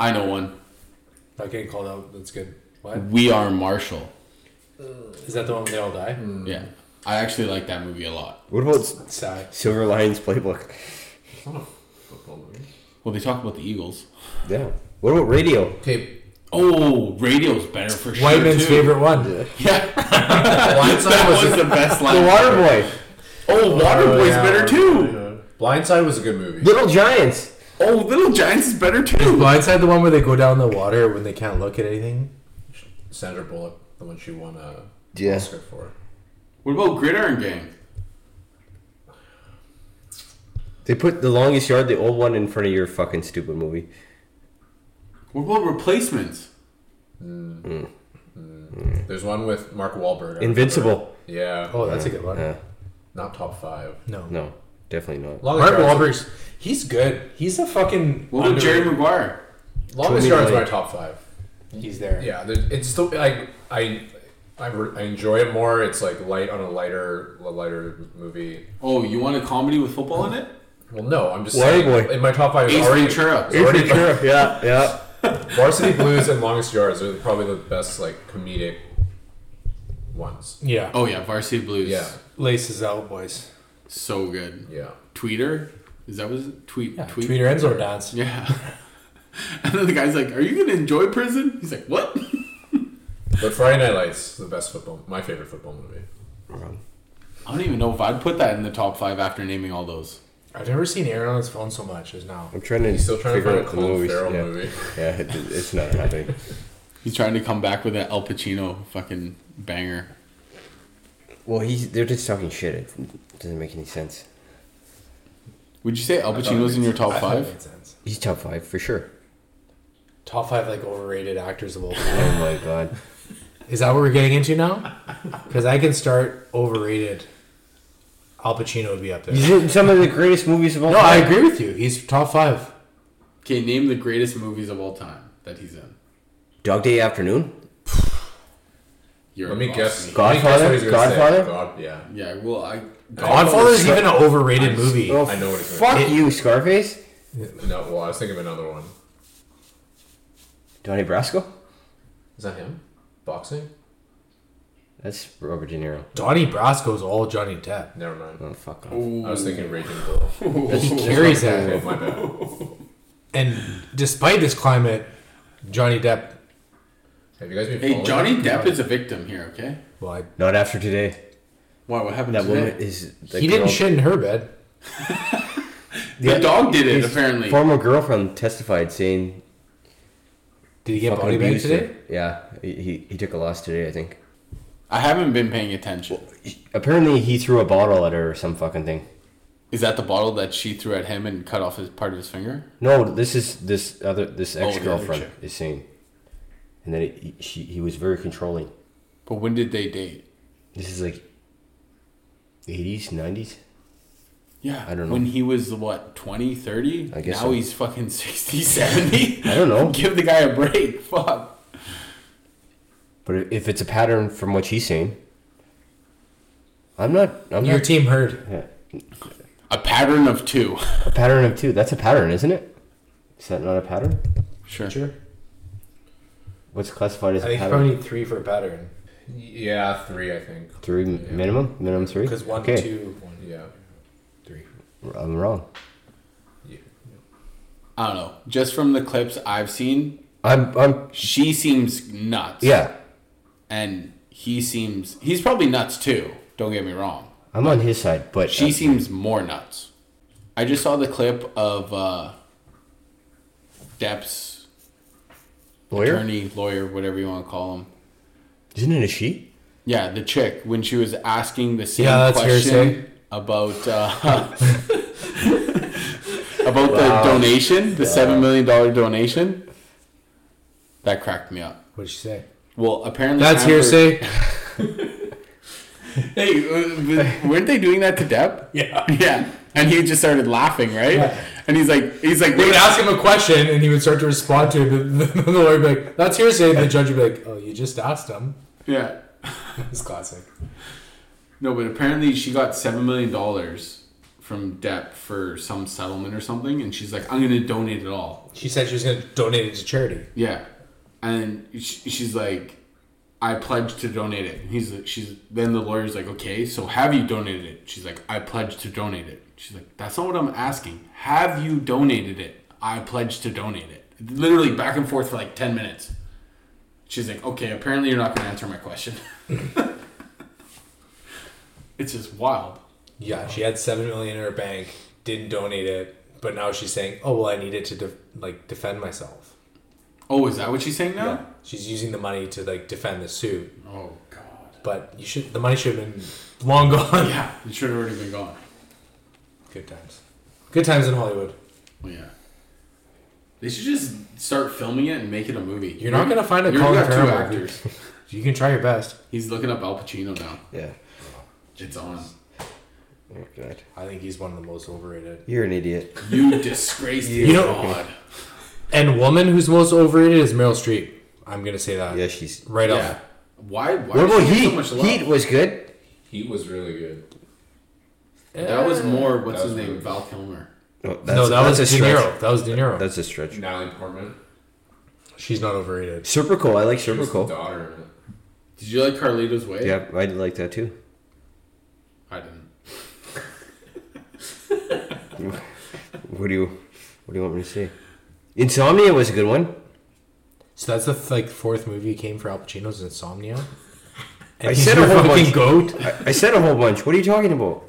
Speaker 4: I know one.
Speaker 1: Not getting called out. That's good. What
Speaker 4: We Are Marshall.
Speaker 1: is that? The one where they all die.
Speaker 4: Yeah, I actually like that movie a lot.
Speaker 2: What about S-
Speaker 1: Sad.
Speaker 2: Silver Lions playbook?
Speaker 4: Well, they talk about the Eagles.
Speaker 2: Yeah. What about radio?
Speaker 3: Okay,
Speaker 4: Oh, radio's better for sure.
Speaker 1: White man's
Speaker 4: too.
Speaker 1: favorite one.
Speaker 4: Yeah,
Speaker 3: Blindside
Speaker 4: that
Speaker 3: was,
Speaker 4: was the best
Speaker 2: The
Speaker 4: line.
Speaker 2: Waterboy.
Speaker 4: Oh, Waterboy's
Speaker 3: yeah,
Speaker 4: better too.
Speaker 3: Blindside was a good movie.
Speaker 2: Little Giants.
Speaker 4: Oh, Little Giants is better too.
Speaker 1: Blindside, the one where they go down the water when they can't look at anything.
Speaker 3: Sandra Bullock, the one she won a
Speaker 2: Yeah.
Speaker 3: Oscar for.
Speaker 4: What about Gridiron Gang?
Speaker 2: They put the longest yard, the old one, in front of your fucking stupid movie.
Speaker 4: What about Replacements?
Speaker 3: There's one with Mark Wahlberg. I
Speaker 2: Invincible.
Speaker 3: remember. Yeah.
Speaker 1: Oh, that's a good one.
Speaker 2: Yeah.
Speaker 3: Not top five.
Speaker 1: No.
Speaker 2: No, definitely not.
Speaker 3: Longest
Speaker 1: Mark
Speaker 3: yards-
Speaker 1: Wahlberg's. He's good. He's a fucking.
Speaker 4: What about Jerry
Speaker 1: underrated-
Speaker 4: Maguire?
Speaker 3: Longest
Speaker 2: Tell me
Speaker 3: yards
Speaker 2: why.
Speaker 3: my top five.
Speaker 1: He's there.
Speaker 3: Yeah, there- it's still like I. I, re- I enjoy it more. It's like light on a lighter, a lighter movie.
Speaker 4: Oh, you want a comedy with football in it?
Speaker 3: Well, no, I'm just
Speaker 2: Waterboy.
Speaker 3: saying. In my top five, it's
Speaker 4: Ace
Speaker 3: already,
Speaker 4: Ventura.
Speaker 3: it's already
Speaker 2: Sure, yeah, yeah.
Speaker 3: [laughs] Varsity Blues and Longest Yards are probably the best like comedic ones.
Speaker 1: Yeah.
Speaker 4: Oh yeah, Varsity Blues.
Speaker 3: Yeah,
Speaker 1: Laces out, boys.
Speaker 4: so good.
Speaker 3: yeah.
Speaker 4: Tweeter, is that was tweet tweet?
Speaker 1: Tweeter Enzo dance.
Speaker 4: Yeah. and then [laughs] the guy's like, "Are you gonna enjoy prison?" He's like, "What?" [laughs]
Speaker 3: But Friday Night Lights, the best football, my favorite football movie.
Speaker 4: I don't even know if I'd put that in the top five after naming all those.
Speaker 1: I've never seen Aaron on his phone so much as now.
Speaker 2: I'm trying to
Speaker 3: He's still trying to
Speaker 2: figure
Speaker 3: find
Speaker 2: out the
Speaker 3: a Colin
Speaker 2: movies.
Speaker 3: Farrell
Speaker 2: yeah,
Speaker 3: movie.
Speaker 2: yeah it, it's not happening.
Speaker 4: He's trying to come back with an El Pacino fucking banger.
Speaker 2: Well, he's they're just talking shit. It doesn't make any sense.
Speaker 4: Would you say El Pacino's in your top
Speaker 1: That
Speaker 4: five?
Speaker 1: makes sense.
Speaker 2: He's top five for sure.
Speaker 1: Top five like overrated actors of all time.
Speaker 2: Oh my god.
Speaker 1: Is that what we're getting into now? Because I can start overrated. Al Pacino would be up there.
Speaker 2: He's in some of the greatest movies of all
Speaker 1: No, I
Speaker 2: time.
Speaker 1: agree with you. He's top five.
Speaker 4: Okay, name the greatest movies of all time that he's in.
Speaker 2: Dog Day Afternoon,
Speaker 4: You're
Speaker 3: Let me
Speaker 4: lost
Speaker 3: guess.
Speaker 4: me.
Speaker 3: let me guess what he's gonna say.
Speaker 2: Godfather?
Speaker 3: God, yeah.
Speaker 4: Yeah, well, I.
Speaker 1: Godfather is even an overrated movie.
Speaker 2: Oh,
Speaker 3: I know what he's
Speaker 2: Fuck
Speaker 3: gonna
Speaker 2: you, Scarface.
Speaker 3: No, well, I was thinking of another one.
Speaker 2: Donnie Brasco.
Speaker 3: Is that him? Boxing?
Speaker 2: That's Robert De Niro.
Speaker 1: Donnie Brasco's all Johnny Depp.
Speaker 3: Never mind.
Speaker 2: Oh fuck off.
Speaker 3: I was thinking Raging Bull.
Speaker 1: [laughs] He carries
Speaker 3: Oh,
Speaker 1: that.
Speaker 3: my bad.
Speaker 1: And despite this climate, Johnny Depp.
Speaker 3: Have you guys been?
Speaker 4: Hey,
Speaker 3: following
Speaker 4: Johnny
Speaker 3: that?
Speaker 4: Depp is a victim here, okay?
Speaker 1: Well, I,
Speaker 2: Not after today.
Speaker 4: Why? What happened
Speaker 2: That
Speaker 4: to
Speaker 2: woman
Speaker 4: that?
Speaker 2: is. The
Speaker 1: he didn't
Speaker 2: girl-
Speaker 1: shit in her bed.
Speaker 4: The dog did it,
Speaker 2: his
Speaker 4: apparently.
Speaker 2: Former girlfriend testified saying
Speaker 1: Did he get
Speaker 2: fucking
Speaker 1: body bagged
Speaker 2: abused
Speaker 1: today?
Speaker 2: her. Yeah, he, he he took a loss today. I think.
Speaker 4: I haven't been paying attention.
Speaker 2: Apparently, he threw a bottle at her or some fucking thing.
Speaker 4: Is that the bottle that she threw at him and cut off his part of his finger?
Speaker 2: No, this is this other this
Speaker 1: Oh,
Speaker 4: other
Speaker 2: ex girlfriend
Speaker 4: chick.
Speaker 2: is saying, and then he, she he was very controlling.
Speaker 4: But when did they date?
Speaker 2: This is like eighties, nineties.
Speaker 4: Yeah,
Speaker 2: I don't know.
Speaker 4: When he was what 20, 30?
Speaker 2: I guess
Speaker 4: now
Speaker 2: so.
Speaker 4: he's fucking 60, 70.
Speaker 2: [laughs] I don't know.
Speaker 4: [laughs] Give the guy a break. [laughs] Fuck.
Speaker 2: But i- if it's a pattern from what she's saying, I'm not. I'm
Speaker 1: Your
Speaker 2: not
Speaker 1: team heard.
Speaker 4: A pattern of two. [laughs]
Speaker 2: a pattern of two. That's a pattern, isn't it? Is that not a pattern?
Speaker 4: Sure.
Speaker 2: What's classified as
Speaker 1: I
Speaker 2: a
Speaker 1: think you
Speaker 2: pattern?
Speaker 1: probably need three for a pattern.
Speaker 3: Yeah, three, I think.
Speaker 2: Three m- minimum, minimum three.
Speaker 1: Because one,
Speaker 2: okay.
Speaker 1: two, one,
Speaker 3: Yeah.
Speaker 1: three.
Speaker 2: I'm wrong.
Speaker 4: I don't know. Just from the clips I've seen,
Speaker 2: I'm. I'm.
Speaker 4: she seems nuts.
Speaker 2: Yeah.
Speaker 4: And he seems he's probably nuts too. Don't get me wrong.
Speaker 2: I'm on his side, but
Speaker 4: She
Speaker 2: uh,
Speaker 4: seems more nuts. I just saw the clip of uh, Depp's
Speaker 2: lawyer.
Speaker 4: attorney, lawyer, whatever you want to call him.
Speaker 2: Isn't it a she?
Speaker 4: Yeah, the chick when she was asking the same
Speaker 1: Yeah, that's hearsay.
Speaker 4: question about uh, [laughs] about the donation, the seven million dollar donation. That cracked me up.
Speaker 1: What'd she say?
Speaker 4: Well, apparently
Speaker 1: That's
Speaker 4: Amber-
Speaker 1: hearsay.
Speaker 4: Hey, uh, weren't they doing that to Depp?
Speaker 1: [laughs] Yeah.
Speaker 4: [laughs] yeah. And he just started laughing, right? And he's like, he's like,
Speaker 1: They
Speaker 4: wait,
Speaker 1: would ask him a question, and he would start to respond to it. but [laughs] The, the lawyer would be like, "That's hearsay." And the judge would be like, "Oh, you just asked him."
Speaker 4: yeah.
Speaker 1: It's classic.
Speaker 4: [laughs] No, but apparently she got seven million dollars from Depp for some settlement or something, and she's like, I'm gonna donate it all.
Speaker 1: She said she was going to donate it to charity.
Speaker 4: Yeah, and sh she's like, "I pledge to donate it." And He's like, she's then the lawyer's like, "Okay, so have you donated it?" She's like, "I pledge to donate it." She's like, "That's not what I'm asking. Have you donated it?" I pledge to donate it. Literally back and forth for like ten minutes. She's like, "Okay, apparently you're not going to answer my question." [laughs] it's just wild.
Speaker 1: Yeah, she had seven million in her bank, didn't donate it, but now she's saying, "Oh well, I need it to def- like defend myself."
Speaker 4: Oh, is that what she's saying now?
Speaker 1: She's using the money to like defend the suit,
Speaker 4: Oh God.
Speaker 1: but you should the money should have been long gone.
Speaker 4: Yeah, it should have already been gone.
Speaker 1: Good times, good times in Hollywood.
Speaker 4: Well, Oh, yeah. They should just start filming it and make it a movie.
Speaker 1: You're not gonna find a
Speaker 4: You're-
Speaker 1: Colin
Speaker 4: you got two
Speaker 1: Farrell movie. [laughs]
Speaker 4: actors.
Speaker 1: You can try your best.
Speaker 4: He's looking up Al Pacino now.
Speaker 2: Yeah.
Speaker 4: It's on.
Speaker 2: Oh god.
Speaker 1: I think he's one of the most overrated.
Speaker 2: You're an idiot.
Speaker 4: You [laughs] disgrace you
Speaker 1: know-
Speaker 4: God.
Speaker 1: And woman who's most overrated is Meryl Streep. I'm gonna say that.
Speaker 2: Yeah, she's.
Speaker 1: right
Speaker 4: Yeah.
Speaker 1: off.
Speaker 4: Why? Why
Speaker 2: What about
Speaker 4: does he
Speaker 2: Heat?
Speaker 4: get so much love?
Speaker 2: Heat was good.
Speaker 3: Heat was really good.
Speaker 4: that was more. What's
Speaker 3: That
Speaker 4: his
Speaker 3: was
Speaker 4: name?
Speaker 3: really-
Speaker 4: Val Kilmer.
Speaker 2: No, that's,
Speaker 1: no, that
Speaker 2: that's
Speaker 1: was De
Speaker 2: stretch.
Speaker 1: Niro. That was De Niro.
Speaker 2: That's a stretch.
Speaker 3: Natalie Portman.
Speaker 1: She's not overrated.
Speaker 2: Serpico. I like
Speaker 3: She was the
Speaker 2: Serpico.
Speaker 3: daughter in it.
Speaker 4: Did you like Carlito's Way?
Speaker 2: Yeah, I like that too.
Speaker 4: I didn't.
Speaker 2: What do you What do you want me to say? Insomnia was a good one.
Speaker 1: So that's the like fourth movie came for Al Pacino's Insomnia. And
Speaker 2: I
Speaker 1: he's
Speaker 2: said a
Speaker 1: your
Speaker 2: whole
Speaker 1: fucking
Speaker 2: bunch.
Speaker 1: goat.
Speaker 2: I said a whole bunch. What are you talking about?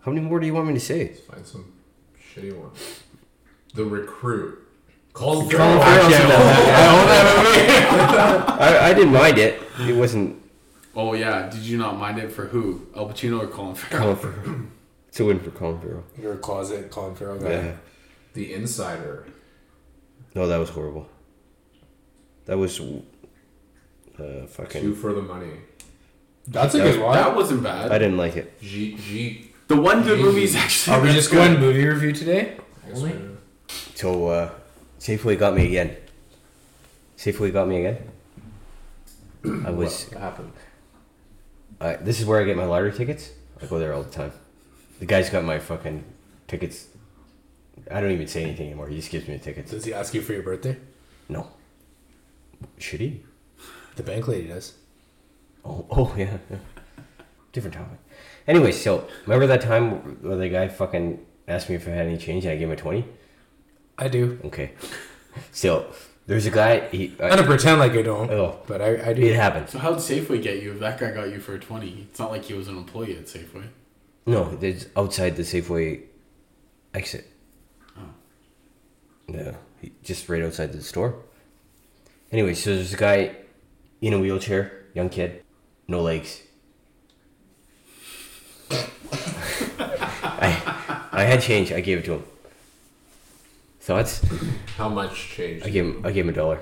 Speaker 2: How many more do you want me to say?
Speaker 3: Find some shitty one. The recruit.
Speaker 1: Call the
Speaker 2: Actually, I, own that movie. [laughs] I, I didn't mind it. It wasn't
Speaker 4: Oh yeah, did you not mind it for who? Al Pacino or Colin Farrell?
Speaker 2: Colin Farrell. It's a win for Colin Farrell.
Speaker 1: You're a closet Colin Farrell guy.
Speaker 2: Yeah.
Speaker 3: The insider.
Speaker 2: No, that was horrible. That was uh,
Speaker 3: Two
Speaker 2: fucking.
Speaker 3: for the money.
Speaker 1: That's a good one.
Speaker 4: That wasn't bad.
Speaker 2: I didn't like it.
Speaker 3: G G.
Speaker 4: The one good movie is actually.
Speaker 1: Are we just going movie review today?
Speaker 2: So uh, Safeway got me again. Safeway got
Speaker 1: [clears throat]
Speaker 2: me again. I was.
Speaker 3: What happened?
Speaker 2: I, this is where I get my lottery tickets. I go there all the time. The guy's got my fucking tickets. I don't even say anything anymore. He just gives me the tickets.
Speaker 1: Does he ask you for your birthday?
Speaker 2: No. Should he?
Speaker 1: The bank lady does.
Speaker 2: Oh, oh yeah, yeah. Different topic. Anyway, so remember that time where the guy fucking asked me if I had any change and I gave him a 20?
Speaker 1: I do.
Speaker 2: Okay. So there's a guy, he,
Speaker 1: I'm
Speaker 2: I,
Speaker 1: gonna pretend like I don't,
Speaker 2: Oh.
Speaker 1: but I, I do.
Speaker 2: it happened.
Speaker 4: So how'd Safeway get you if that guy got you for a twenty? It's not like he was an employee at Safeway.
Speaker 2: No, it's outside the Safeway exit. Yeah, he- just right outside the store. Anyway, so there's a guy in a wheelchair, young kid, no legs. [laughs] I, I had change. I gave it to him. Thoughts?
Speaker 3: How much change?
Speaker 2: I gave him. I gave him a dollar.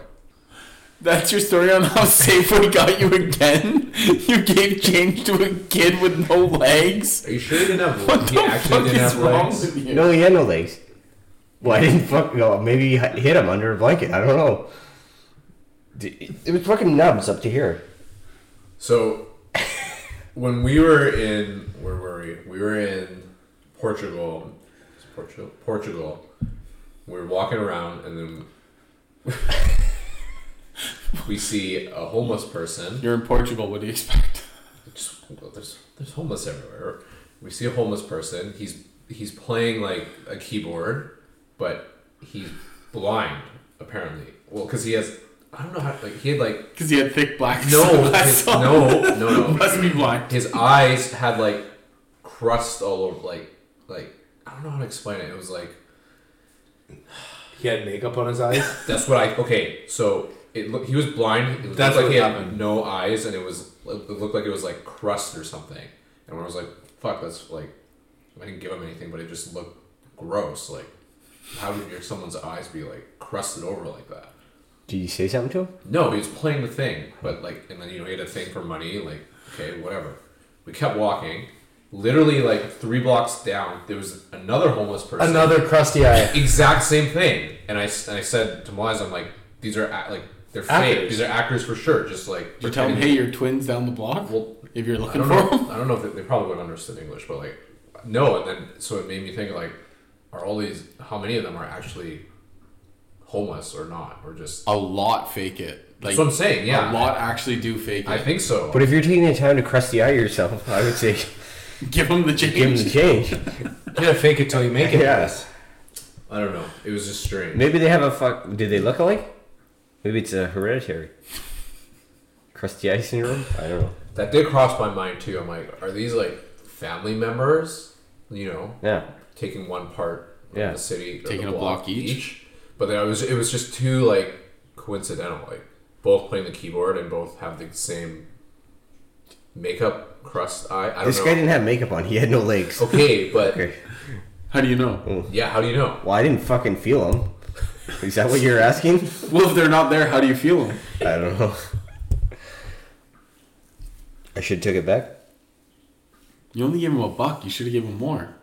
Speaker 4: That's your story on how Safeway got you again. You gave change to a kid with no legs.
Speaker 3: Are you sure he didn't have
Speaker 4: [laughs] What
Speaker 3: legs?
Speaker 4: the
Speaker 3: He actually
Speaker 4: fuck
Speaker 3: didn't
Speaker 4: is
Speaker 3: have
Speaker 4: wrong
Speaker 3: legs.
Speaker 4: with you?
Speaker 2: No, he had no legs. Well, I didn't fuck. No, maybe he hi- hit him under a blanket. I don't know. D- It was fucking nubs up to here.
Speaker 3: So when we were in where were we? We were in Portugal. It's Portugal. Portugal. We were walking around and then [laughs] we see a homeless person.
Speaker 4: You're in Portugal. What do you [laughs] expect?
Speaker 3: Just, well, there's there's homeless everywhere. We see a homeless person. He's he's playing like a keyboard, but he's blind apparently. Well, because he has I don't know how like he had like
Speaker 4: Because he had thick black
Speaker 3: no,
Speaker 4: sunglasses
Speaker 3: his,
Speaker 4: on. [laughs]
Speaker 3: no, no, no.
Speaker 4: Must be blind.
Speaker 3: His eyes had like crust all over, like, like I don't know how to explain it. It was like
Speaker 1: He had makeup on his eyes.
Speaker 3: that's what I okay. So it look, he was blind. It
Speaker 1: That's
Speaker 3: looked like
Speaker 1: what
Speaker 3: he had
Speaker 1: happened.
Speaker 3: no eyes, and it was it looked like it was like crust or something. And I was like, fuck, that's like I didn't give him anything, but it just looked gross. Like, how would your someone's eyes be like crusted over like that?
Speaker 2: Did you say something to him?
Speaker 3: No, he was playing the thing, but like, and then you know he had a thing for money. Like, okay, whatever. We kept walking. Literally, like three blocks down, there was another homeless person.
Speaker 1: Another crusty eye.
Speaker 3: [laughs] exact same thing. And I, s- and I said to Melissa, I'm like, these are act- like they're fake.
Speaker 1: Actors.
Speaker 3: These are actors for sure. Just like
Speaker 4: You tell him, hey, your twin's down the block.
Speaker 3: Well,
Speaker 4: if you're
Speaker 3: I
Speaker 4: looking
Speaker 3: don't
Speaker 4: for him.
Speaker 3: know. I don't know if they, they probably would understand English, but like, no. And then so it made me think like, are all these? How many of them are actually homeless or not, or just?
Speaker 4: a lot fake it. Like,
Speaker 3: That's what I'm saying,
Speaker 4: a
Speaker 3: yeah.
Speaker 4: lot actually do fake it.
Speaker 3: I think so.
Speaker 2: But if you're taking the time to crusty eye yourself, I would say [laughs]
Speaker 4: Give him the
Speaker 2: give him
Speaker 4: change.
Speaker 2: the
Speaker 3: [laughs]
Speaker 2: change.
Speaker 1: You gotta fake it till you make it.
Speaker 2: yes.
Speaker 3: I don't know. It was just strange.
Speaker 2: Maybe they have a fuck. Do they look alike? Maybe it's a hereditary. Crusty eye syndrome. I don't know.
Speaker 3: That did cross my mind too. I'm like, are these like family members? You know,
Speaker 2: Yeah.
Speaker 3: taking one part of
Speaker 2: Yeah.
Speaker 3: the city, or
Speaker 4: Taking
Speaker 3: the
Speaker 4: a block each.
Speaker 3: But then I was, it was just too like coincidental. Like both playing the keyboard and both have the same makeup crust. Eye. I don't
Speaker 2: This
Speaker 3: know.
Speaker 2: guy didn't have makeup on. He had no legs.
Speaker 3: okay, but
Speaker 2: Okay.
Speaker 4: How do you know?
Speaker 3: yeah, how do you know?
Speaker 2: Well, I didn't fucking feel him. Is that what you're
Speaker 3: [laughs]
Speaker 2: asking?
Speaker 4: Well, if they're not there, how do you feel them?
Speaker 2: I don't know. I should took it back.
Speaker 4: You only gave him a buck. You should have given him more.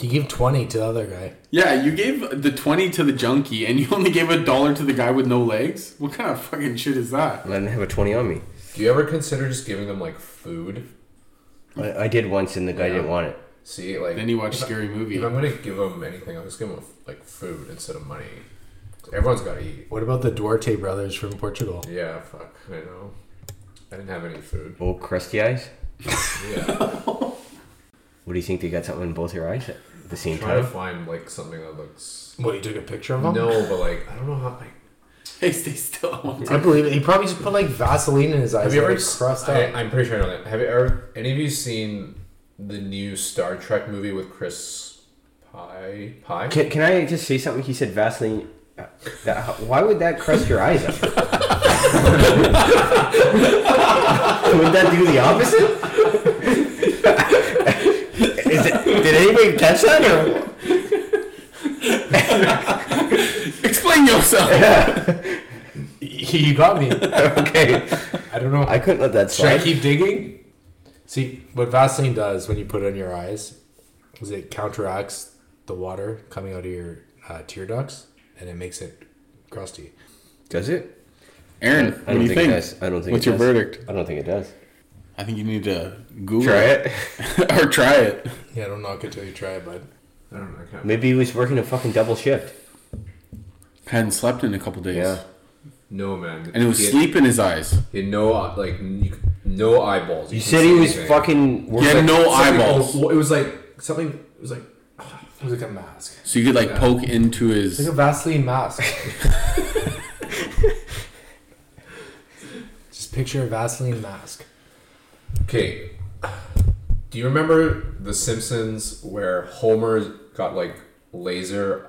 Speaker 1: You give twenty to the other guy.
Speaker 4: Yeah, you gave the twenty to the junkie, and you only gave a dollar to the guy with no legs. What kind of fucking shit is that?
Speaker 2: I didn't have a twenty on me.
Speaker 3: Do you ever consider just giving them like food?
Speaker 2: I, I did once, and the guy didn't want it.
Speaker 3: See, like
Speaker 4: Then you watch
Speaker 3: if I-
Speaker 4: scary [laughs] movie.
Speaker 3: If I'm gonna give them anything, I'll just give them like food instead of money. Everyone's gotta eat.
Speaker 1: What about the Duarte brothers from Portugal?
Speaker 3: Yeah, fuck. I know. I didn't have any food.
Speaker 2: Oh, crusty eyes. [laughs]
Speaker 3: Yeah.
Speaker 2: What do you think? They got something in both your eyes at the same
Speaker 3: trying
Speaker 2: time.
Speaker 3: to find like something that looks
Speaker 1: What you took a picture of them?
Speaker 3: no, but like I don't know how like
Speaker 4: Hey, stay still. I want to-
Speaker 1: I believe it. He probably just put like Vaseline in his eyes.
Speaker 3: Have you
Speaker 1: like,
Speaker 3: ever
Speaker 1: crossed out?
Speaker 3: I, I'm pretty sure I know that. Have you ever, any of you seen the new Star Trek movie with Chris Pie? Pie?
Speaker 2: Can, can I just say something? He said Vaseline. Uh, that- why would that crust your eyes [laughs] up? would that do the opposite? [laughs] Is it, did anybody catch that? Or?
Speaker 4: Explain yourself.
Speaker 1: you got me.
Speaker 2: Okay,
Speaker 1: I don't know.
Speaker 2: I couldn't let that
Speaker 1: Should I
Speaker 2: slide.
Speaker 1: keep digging? See, what Vaseline does when you put it on your eyes is it counteracts the water coming out of your uh, tear ducts and it makes it crusty.
Speaker 2: Does it?
Speaker 4: Aaron,
Speaker 2: I
Speaker 4: what
Speaker 2: don't
Speaker 4: do you
Speaker 2: think,
Speaker 4: think?
Speaker 2: it does. I don't think.
Speaker 4: What's
Speaker 2: it
Speaker 4: your
Speaker 2: does.
Speaker 4: verdict?
Speaker 2: I don't think it does.
Speaker 4: I think you need to Google
Speaker 2: Try it.
Speaker 4: it. [laughs] or try it.
Speaker 1: Yeah, don't knock it till you try it, bud.
Speaker 3: I don't know. I can't.
Speaker 2: Maybe he was working a fucking double shift.
Speaker 4: Hadn't slept in a couple days.
Speaker 2: Yeah.
Speaker 3: No, man.
Speaker 4: And it was
Speaker 3: He had-
Speaker 4: sleep in his eyes.
Speaker 3: He had no, eye- like, you c- no eyeballs.
Speaker 2: You
Speaker 3: couldn't
Speaker 2: said he
Speaker 3: see
Speaker 2: was
Speaker 3: anything.
Speaker 2: fucking.
Speaker 4: He
Speaker 2: Working.
Speaker 4: had no
Speaker 3: Something- oh,
Speaker 4: eyeballs.
Speaker 3: It was like, something, it was like,
Speaker 1: It was like a mask.
Speaker 4: So you could like poke into
Speaker 1: It's
Speaker 4: [laughs] his.
Speaker 1: like a Vaseline [laughs] mask. just picture a Vaseline mask.
Speaker 3: Okay. Do you remember The Simpsons where Homer got like laser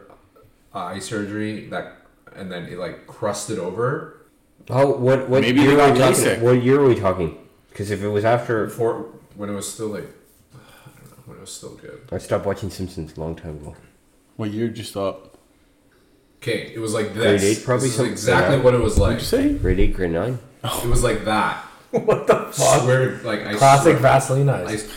Speaker 3: eye surgery that and then it like crusted over
Speaker 2: Oh, what? What
Speaker 4: Maybe
Speaker 2: year
Speaker 4: they
Speaker 2: are we
Speaker 4: got LASIK.
Speaker 2: talking? What year are we talking? Because if it was after,
Speaker 3: before when it was still like I don't know, when it was still good.
Speaker 2: I stopped watching Simpsons a long time ago.
Speaker 4: Well, you're just up.
Speaker 3: Okay, it was like
Speaker 2: Grade
Speaker 3: this.
Speaker 2: eight, probably
Speaker 3: this is
Speaker 2: something
Speaker 3: exactly
Speaker 2: like
Speaker 3: what it was like.
Speaker 4: What'd you say?
Speaker 2: Grade eight, grade nine.
Speaker 3: It was like that.
Speaker 1: [laughs] What the
Speaker 3: Swear, like I
Speaker 1: Classic
Speaker 3: swear-
Speaker 1: Vaseline eyes.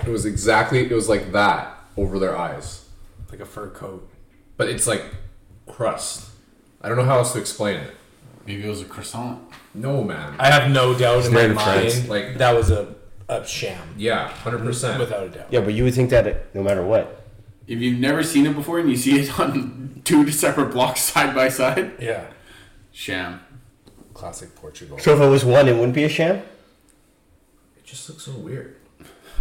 Speaker 3: I- It was exactly it was like that over their eyes.
Speaker 1: Like a fur coat.
Speaker 3: But it's like crust. I don't know how else to explain it.
Speaker 4: Maybe it was a croissant.
Speaker 3: No man.
Speaker 1: I have no doubt in my
Speaker 2: made in France.
Speaker 1: mind
Speaker 3: Like-
Speaker 1: like that was a, a sham.
Speaker 3: yeah, hundred percent.
Speaker 1: Without a doubt.
Speaker 2: Yeah, but you would think that it- no matter what.
Speaker 4: If you've never seen it before and you see it on [laughs] two separate blocks side by side,
Speaker 1: Yeah.
Speaker 4: sham.
Speaker 1: Classic Portugal.
Speaker 2: So if it was one, it wouldn't be a sham.
Speaker 3: It just looks so weird.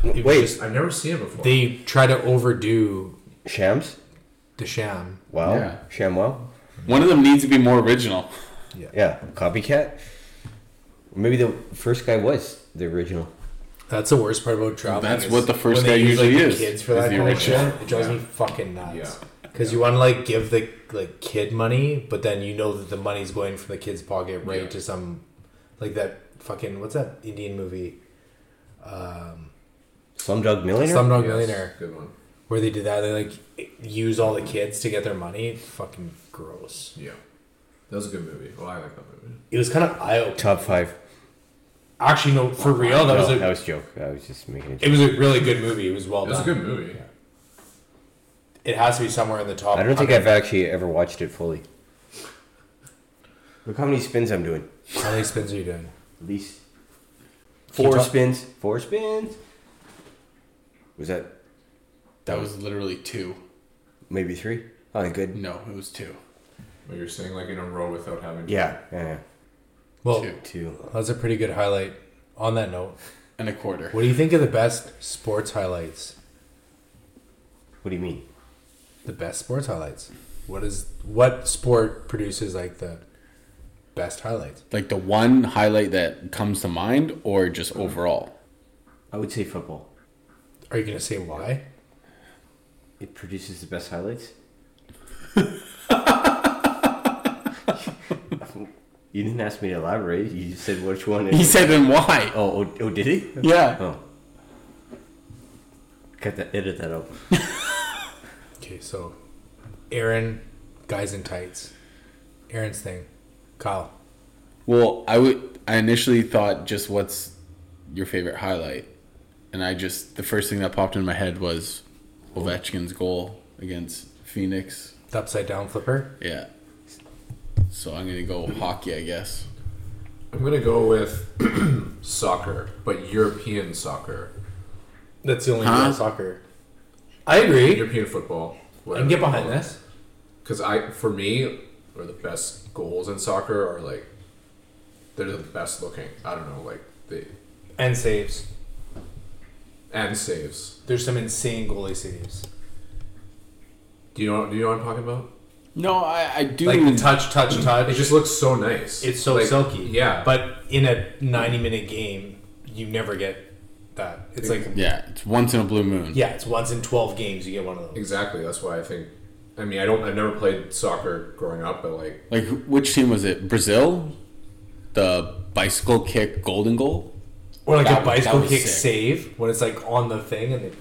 Speaker 2: Wait,
Speaker 3: I've never seen it before.
Speaker 1: They try to overdo
Speaker 2: shams?
Speaker 1: the sham.
Speaker 2: Wow,
Speaker 4: Yeah.
Speaker 2: sham. Wow,
Speaker 4: One of them needs to be more original.
Speaker 2: yeah, copycat. Maybe the first guy was the original.
Speaker 1: That's the worst part about traveling.
Speaker 4: That's
Speaker 1: is
Speaker 4: what the first
Speaker 1: when they
Speaker 4: guy
Speaker 1: use,
Speaker 4: usually
Speaker 1: like,
Speaker 4: is,
Speaker 1: The kids for
Speaker 4: is
Speaker 1: that
Speaker 4: the
Speaker 1: kind of
Speaker 4: original.
Speaker 1: shit. It drives me fucking nuts. Because you want to like give the like kid money, but then you know that the money's going from the kid's pocket right to some like that fucking what's that Indian movie
Speaker 2: Slumdog Millionaire.
Speaker 1: Slumdog
Speaker 3: Yes,
Speaker 1: Millionaire
Speaker 3: Good one.
Speaker 1: where they did that. They like use all the kids to get their money. Fucking gross.
Speaker 3: Yeah. That was a good movie. Oh, I like that movie.
Speaker 1: It was kind of eye opening.
Speaker 2: Top five.
Speaker 1: Actually, no, for real, that
Speaker 2: No,
Speaker 1: was a
Speaker 2: that was a joke. I was just making a
Speaker 1: it
Speaker 2: joke.
Speaker 1: was a really good movie. It was well
Speaker 3: It was a
Speaker 1: done.
Speaker 3: good movie.
Speaker 1: It has to be somewhere in the top.
Speaker 2: I don't think
Speaker 1: 100.
Speaker 2: I've actually ever watched it fully. Look how many spins I'm doing.
Speaker 1: How many spins are you doing?
Speaker 2: At least
Speaker 1: Can you
Speaker 2: four
Speaker 1: talk-
Speaker 2: spins. Four spins. Was that
Speaker 4: That was literally two.
Speaker 2: maybe three? Oh, good.
Speaker 4: No, it was two.
Speaker 3: But you're saying like in a row without having.
Speaker 2: Yeah, yeah, yeah.
Speaker 1: Well,
Speaker 4: Two.
Speaker 2: two.
Speaker 1: that's a pretty good highlight. On that note,
Speaker 4: And a quarter.
Speaker 1: what do you think of the best sports highlights?
Speaker 2: What do you mean?
Speaker 1: The best sports highlights. What is what sport produces like the best highlights?
Speaker 4: Like the one highlight that comes to mind or just overall?
Speaker 2: I would say football.
Speaker 1: Are you gonna say why?
Speaker 2: It produces the best [laughs] highlights. you didn't ask me to elaborate. You just said which one.
Speaker 4: He said, and why?
Speaker 2: "Oh, oh, oh did [laughs] he?
Speaker 4: Yeah.
Speaker 2: Oh, cut that. Edit that out.
Speaker 1: Okay, so Aaron, guys in tights. Aaron's thing. Kyle.
Speaker 4: Well, I would. I initially thought just what's your favorite highlight, and I just the first thing that popped in my head was Ovechkin's goal against Phoenix.
Speaker 1: The upside down flipper.
Speaker 4: Yeah. So I'm gonna go hockey, I guess.
Speaker 3: I'm gonna go with [clears throat] soccer, but European soccer,
Speaker 1: That's the only
Speaker 4: Huh?
Speaker 1: real soccer. I agree.
Speaker 3: European football.
Speaker 1: I can get behind this.
Speaker 3: Because I, for me, or the best goals in soccer are like they're the best looking. I don't know, like they
Speaker 1: And saves.
Speaker 3: and saves.
Speaker 1: There's some insane goalie saves.
Speaker 3: Do you know? Do you know what I'm talking about?
Speaker 4: No, I, I do.
Speaker 1: Like touch, touch, touch.
Speaker 3: It just looks so nice.
Speaker 1: it's so
Speaker 3: Like,
Speaker 1: silky.
Speaker 3: Yeah,
Speaker 1: But in a 90 minute game, you never get that. It's like,
Speaker 4: yeah, it's once in a blue moon.
Speaker 1: yeah, it's once in 12 games you get one of those.
Speaker 3: exactly. That's why I think. I mean, I don't. I've never played soccer growing up, but like
Speaker 4: Like, wh- which team was it? Brazil? The bicycle kick golden goal?
Speaker 1: Or like
Speaker 4: That
Speaker 1: a
Speaker 4: was- that
Speaker 1: bicycle
Speaker 4: was
Speaker 1: kick
Speaker 4: sick.
Speaker 1: save when it's like on the thing and it,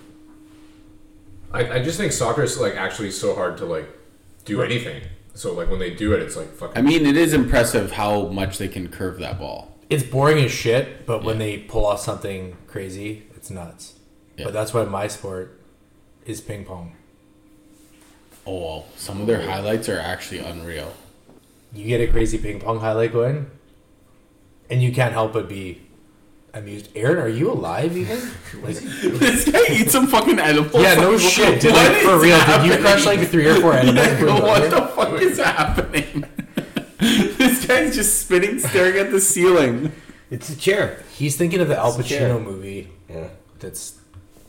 Speaker 3: I, I just think soccer is like actually so hard to like do anything. So like when they do it, it's like fucking.
Speaker 4: I mean, it is impressive how much they can curve that ball.
Speaker 1: it's boring as shit, but when they pull off something crazy, it's nuts.
Speaker 4: Yeah.
Speaker 1: But that's why my sport is ping pong.
Speaker 4: Oh, well, some of their highlights are actually unreal.
Speaker 1: You get a crazy ping pong highlight going, and you can't help but be amused. Aaron, are you alive [laughs] even? Like,
Speaker 4: [laughs] this guy eats some fucking edible.
Speaker 1: yeah, [laughs] no shit. Dude, like, for real, did you
Speaker 4: [laughs]
Speaker 1: crush like three [laughs] or four animals? for the
Speaker 4: what
Speaker 1: other?
Speaker 4: the fuck is happening? [laughs] this guy's just spinning, staring at the ceiling.
Speaker 2: It's a chair.
Speaker 1: He's thinking of the Al
Speaker 2: Sure.
Speaker 1: Pacino movie.
Speaker 2: Yeah.
Speaker 1: That's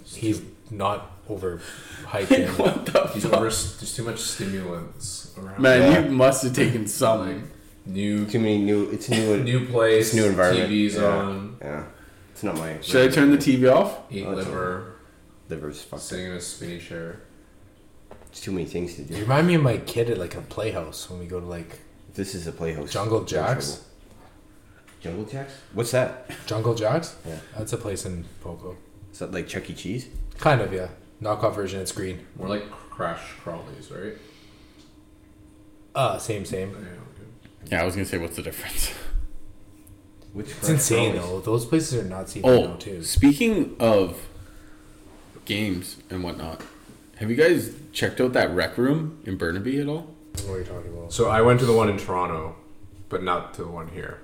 Speaker 1: he's not over [laughs] hyping.
Speaker 4: What the
Speaker 3: He's over, there's too much stimulants around.
Speaker 4: man? You must have taken something.
Speaker 3: New
Speaker 2: Too many new. It's [laughs] new.
Speaker 3: new place,
Speaker 2: It's new environment.
Speaker 3: TVs
Speaker 2: yeah.
Speaker 3: on,
Speaker 2: Yeah. It's not my.
Speaker 4: Should I turn the TV off?
Speaker 3: eat
Speaker 2: Oh, that's
Speaker 3: liver,
Speaker 2: Liver's fucked.
Speaker 3: sitting in a spinny chair.
Speaker 2: It's too many things to
Speaker 1: you [laughs]
Speaker 2: do.
Speaker 1: remind me of my kid at like a playhouse when we go to like
Speaker 2: This is a playhouse.
Speaker 1: Jungle Jacks.
Speaker 2: Jungle Jacks. What's that?
Speaker 1: Jungle Jacks.
Speaker 2: Yeah.
Speaker 1: that's a place in Poco.
Speaker 2: Is that like Chuck E. Cheese?
Speaker 1: Kind of, yeah. Knockoff version. It's green.
Speaker 3: More like crash crawlies, right?
Speaker 1: Uh, same, same.
Speaker 3: Yeah, okay.
Speaker 4: Yeah, I was gonna say, what's the difference? [laughs]
Speaker 2: Which
Speaker 1: It's insane though. Those places are not even now
Speaker 4: Oh,
Speaker 1: too.
Speaker 4: speaking of games and whatnot, have you guys checked out that rec room in Burnaby at all?
Speaker 1: What are you talking about?
Speaker 3: So I went to the one in Toronto, but not to the one here.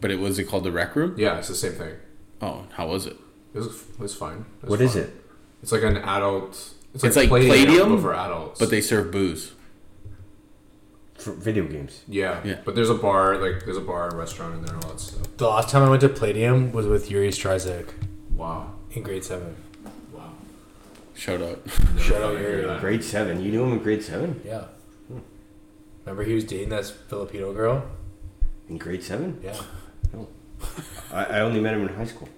Speaker 4: But it was it called the rec room?
Speaker 3: Yeah, it's the same thing.
Speaker 4: Oh, how was it?
Speaker 3: It was, it was fine. It was
Speaker 2: What is
Speaker 3: fun.
Speaker 2: it?
Speaker 3: It's like an adult. It's like,
Speaker 4: It's like
Speaker 3: Playdium,
Speaker 4: Playdium,
Speaker 3: but for adults.
Speaker 4: But they serve booze.
Speaker 2: For video games.
Speaker 3: yeah,
Speaker 4: Yeah.
Speaker 3: But there's a bar, like there's a bar, and restaurant in there, and all that stuff.
Speaker 1: The last time I went to Palladium was with Yuri Strizek
Speaker 3: Wow.
Speaker 1: in grade seven.
Speaker 4: Shout out. [laughs]
Speaker 1: Shout out
Speaker 3: hear
Speaker 1: Yuri.
Speaker 3: that.
Speaker 2: Grade seven. You knew him in grade seven.
Speaker 1: Yeah. Remember he was dating that Filipino girl?
Speaker 2: In grade seven.
Speaker 1: Yeah.
Speaker 2: No. I, I only met him in high school.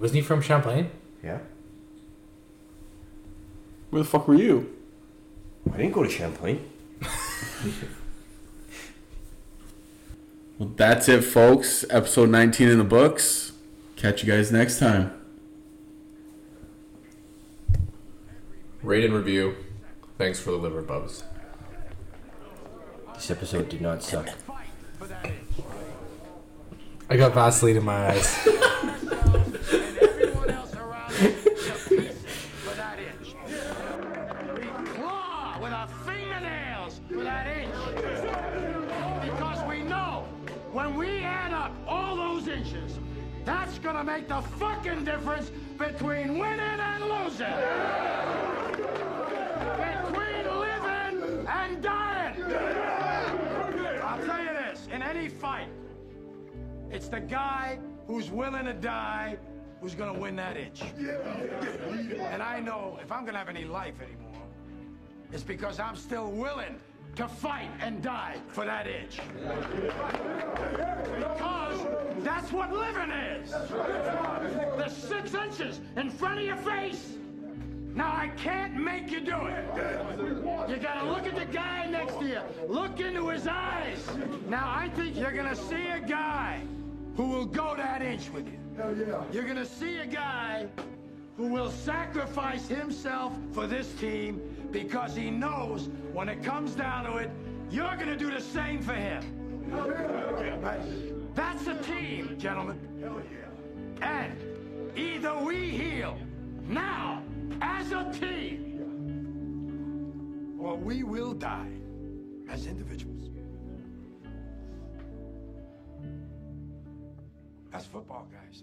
Speaker 1: Wasn't he from Champlain?
Speaker 2: Yeah.
Speaker 4: Where the fuck were you?
Speaker 2: I didn't go to Champlain.
Speaker 4: Well, that's it, folks. Episode 19 in the books. Catch you guys next time.
Speaker 3: Rate and review. Thanks for the liver, Bubs.
Speaker 2: This episode did not suck.
Speaker 1: I got Vaseline in my eyes. [laughs]
Speaker 7: claw with our fingernails for that inch. Because we know when we add up all those inches, that's gonna make the fucking difference between winning and losing. Between living and dying. I'll tell you this in any fight, it's the guy who's willing to die who's gonna win that inch. And I know if I'm gonna have any life anymore, it's because I'm still willing to fight and die for that itch. Because that's what living is. The six inches in front of your face. Now I can't make you do it. You gotta look at the guy next to you. Look into his eyes. Now I think you're gonna see a guy who will go that inch with you. You're gonna see a guy who will sacrifice himself for this team because he knows when it comes down to it, you're going to do the same for him. Right? That's a team, gentlemen. And either we heal now as a team, or we will die as individuals. That's football, guys.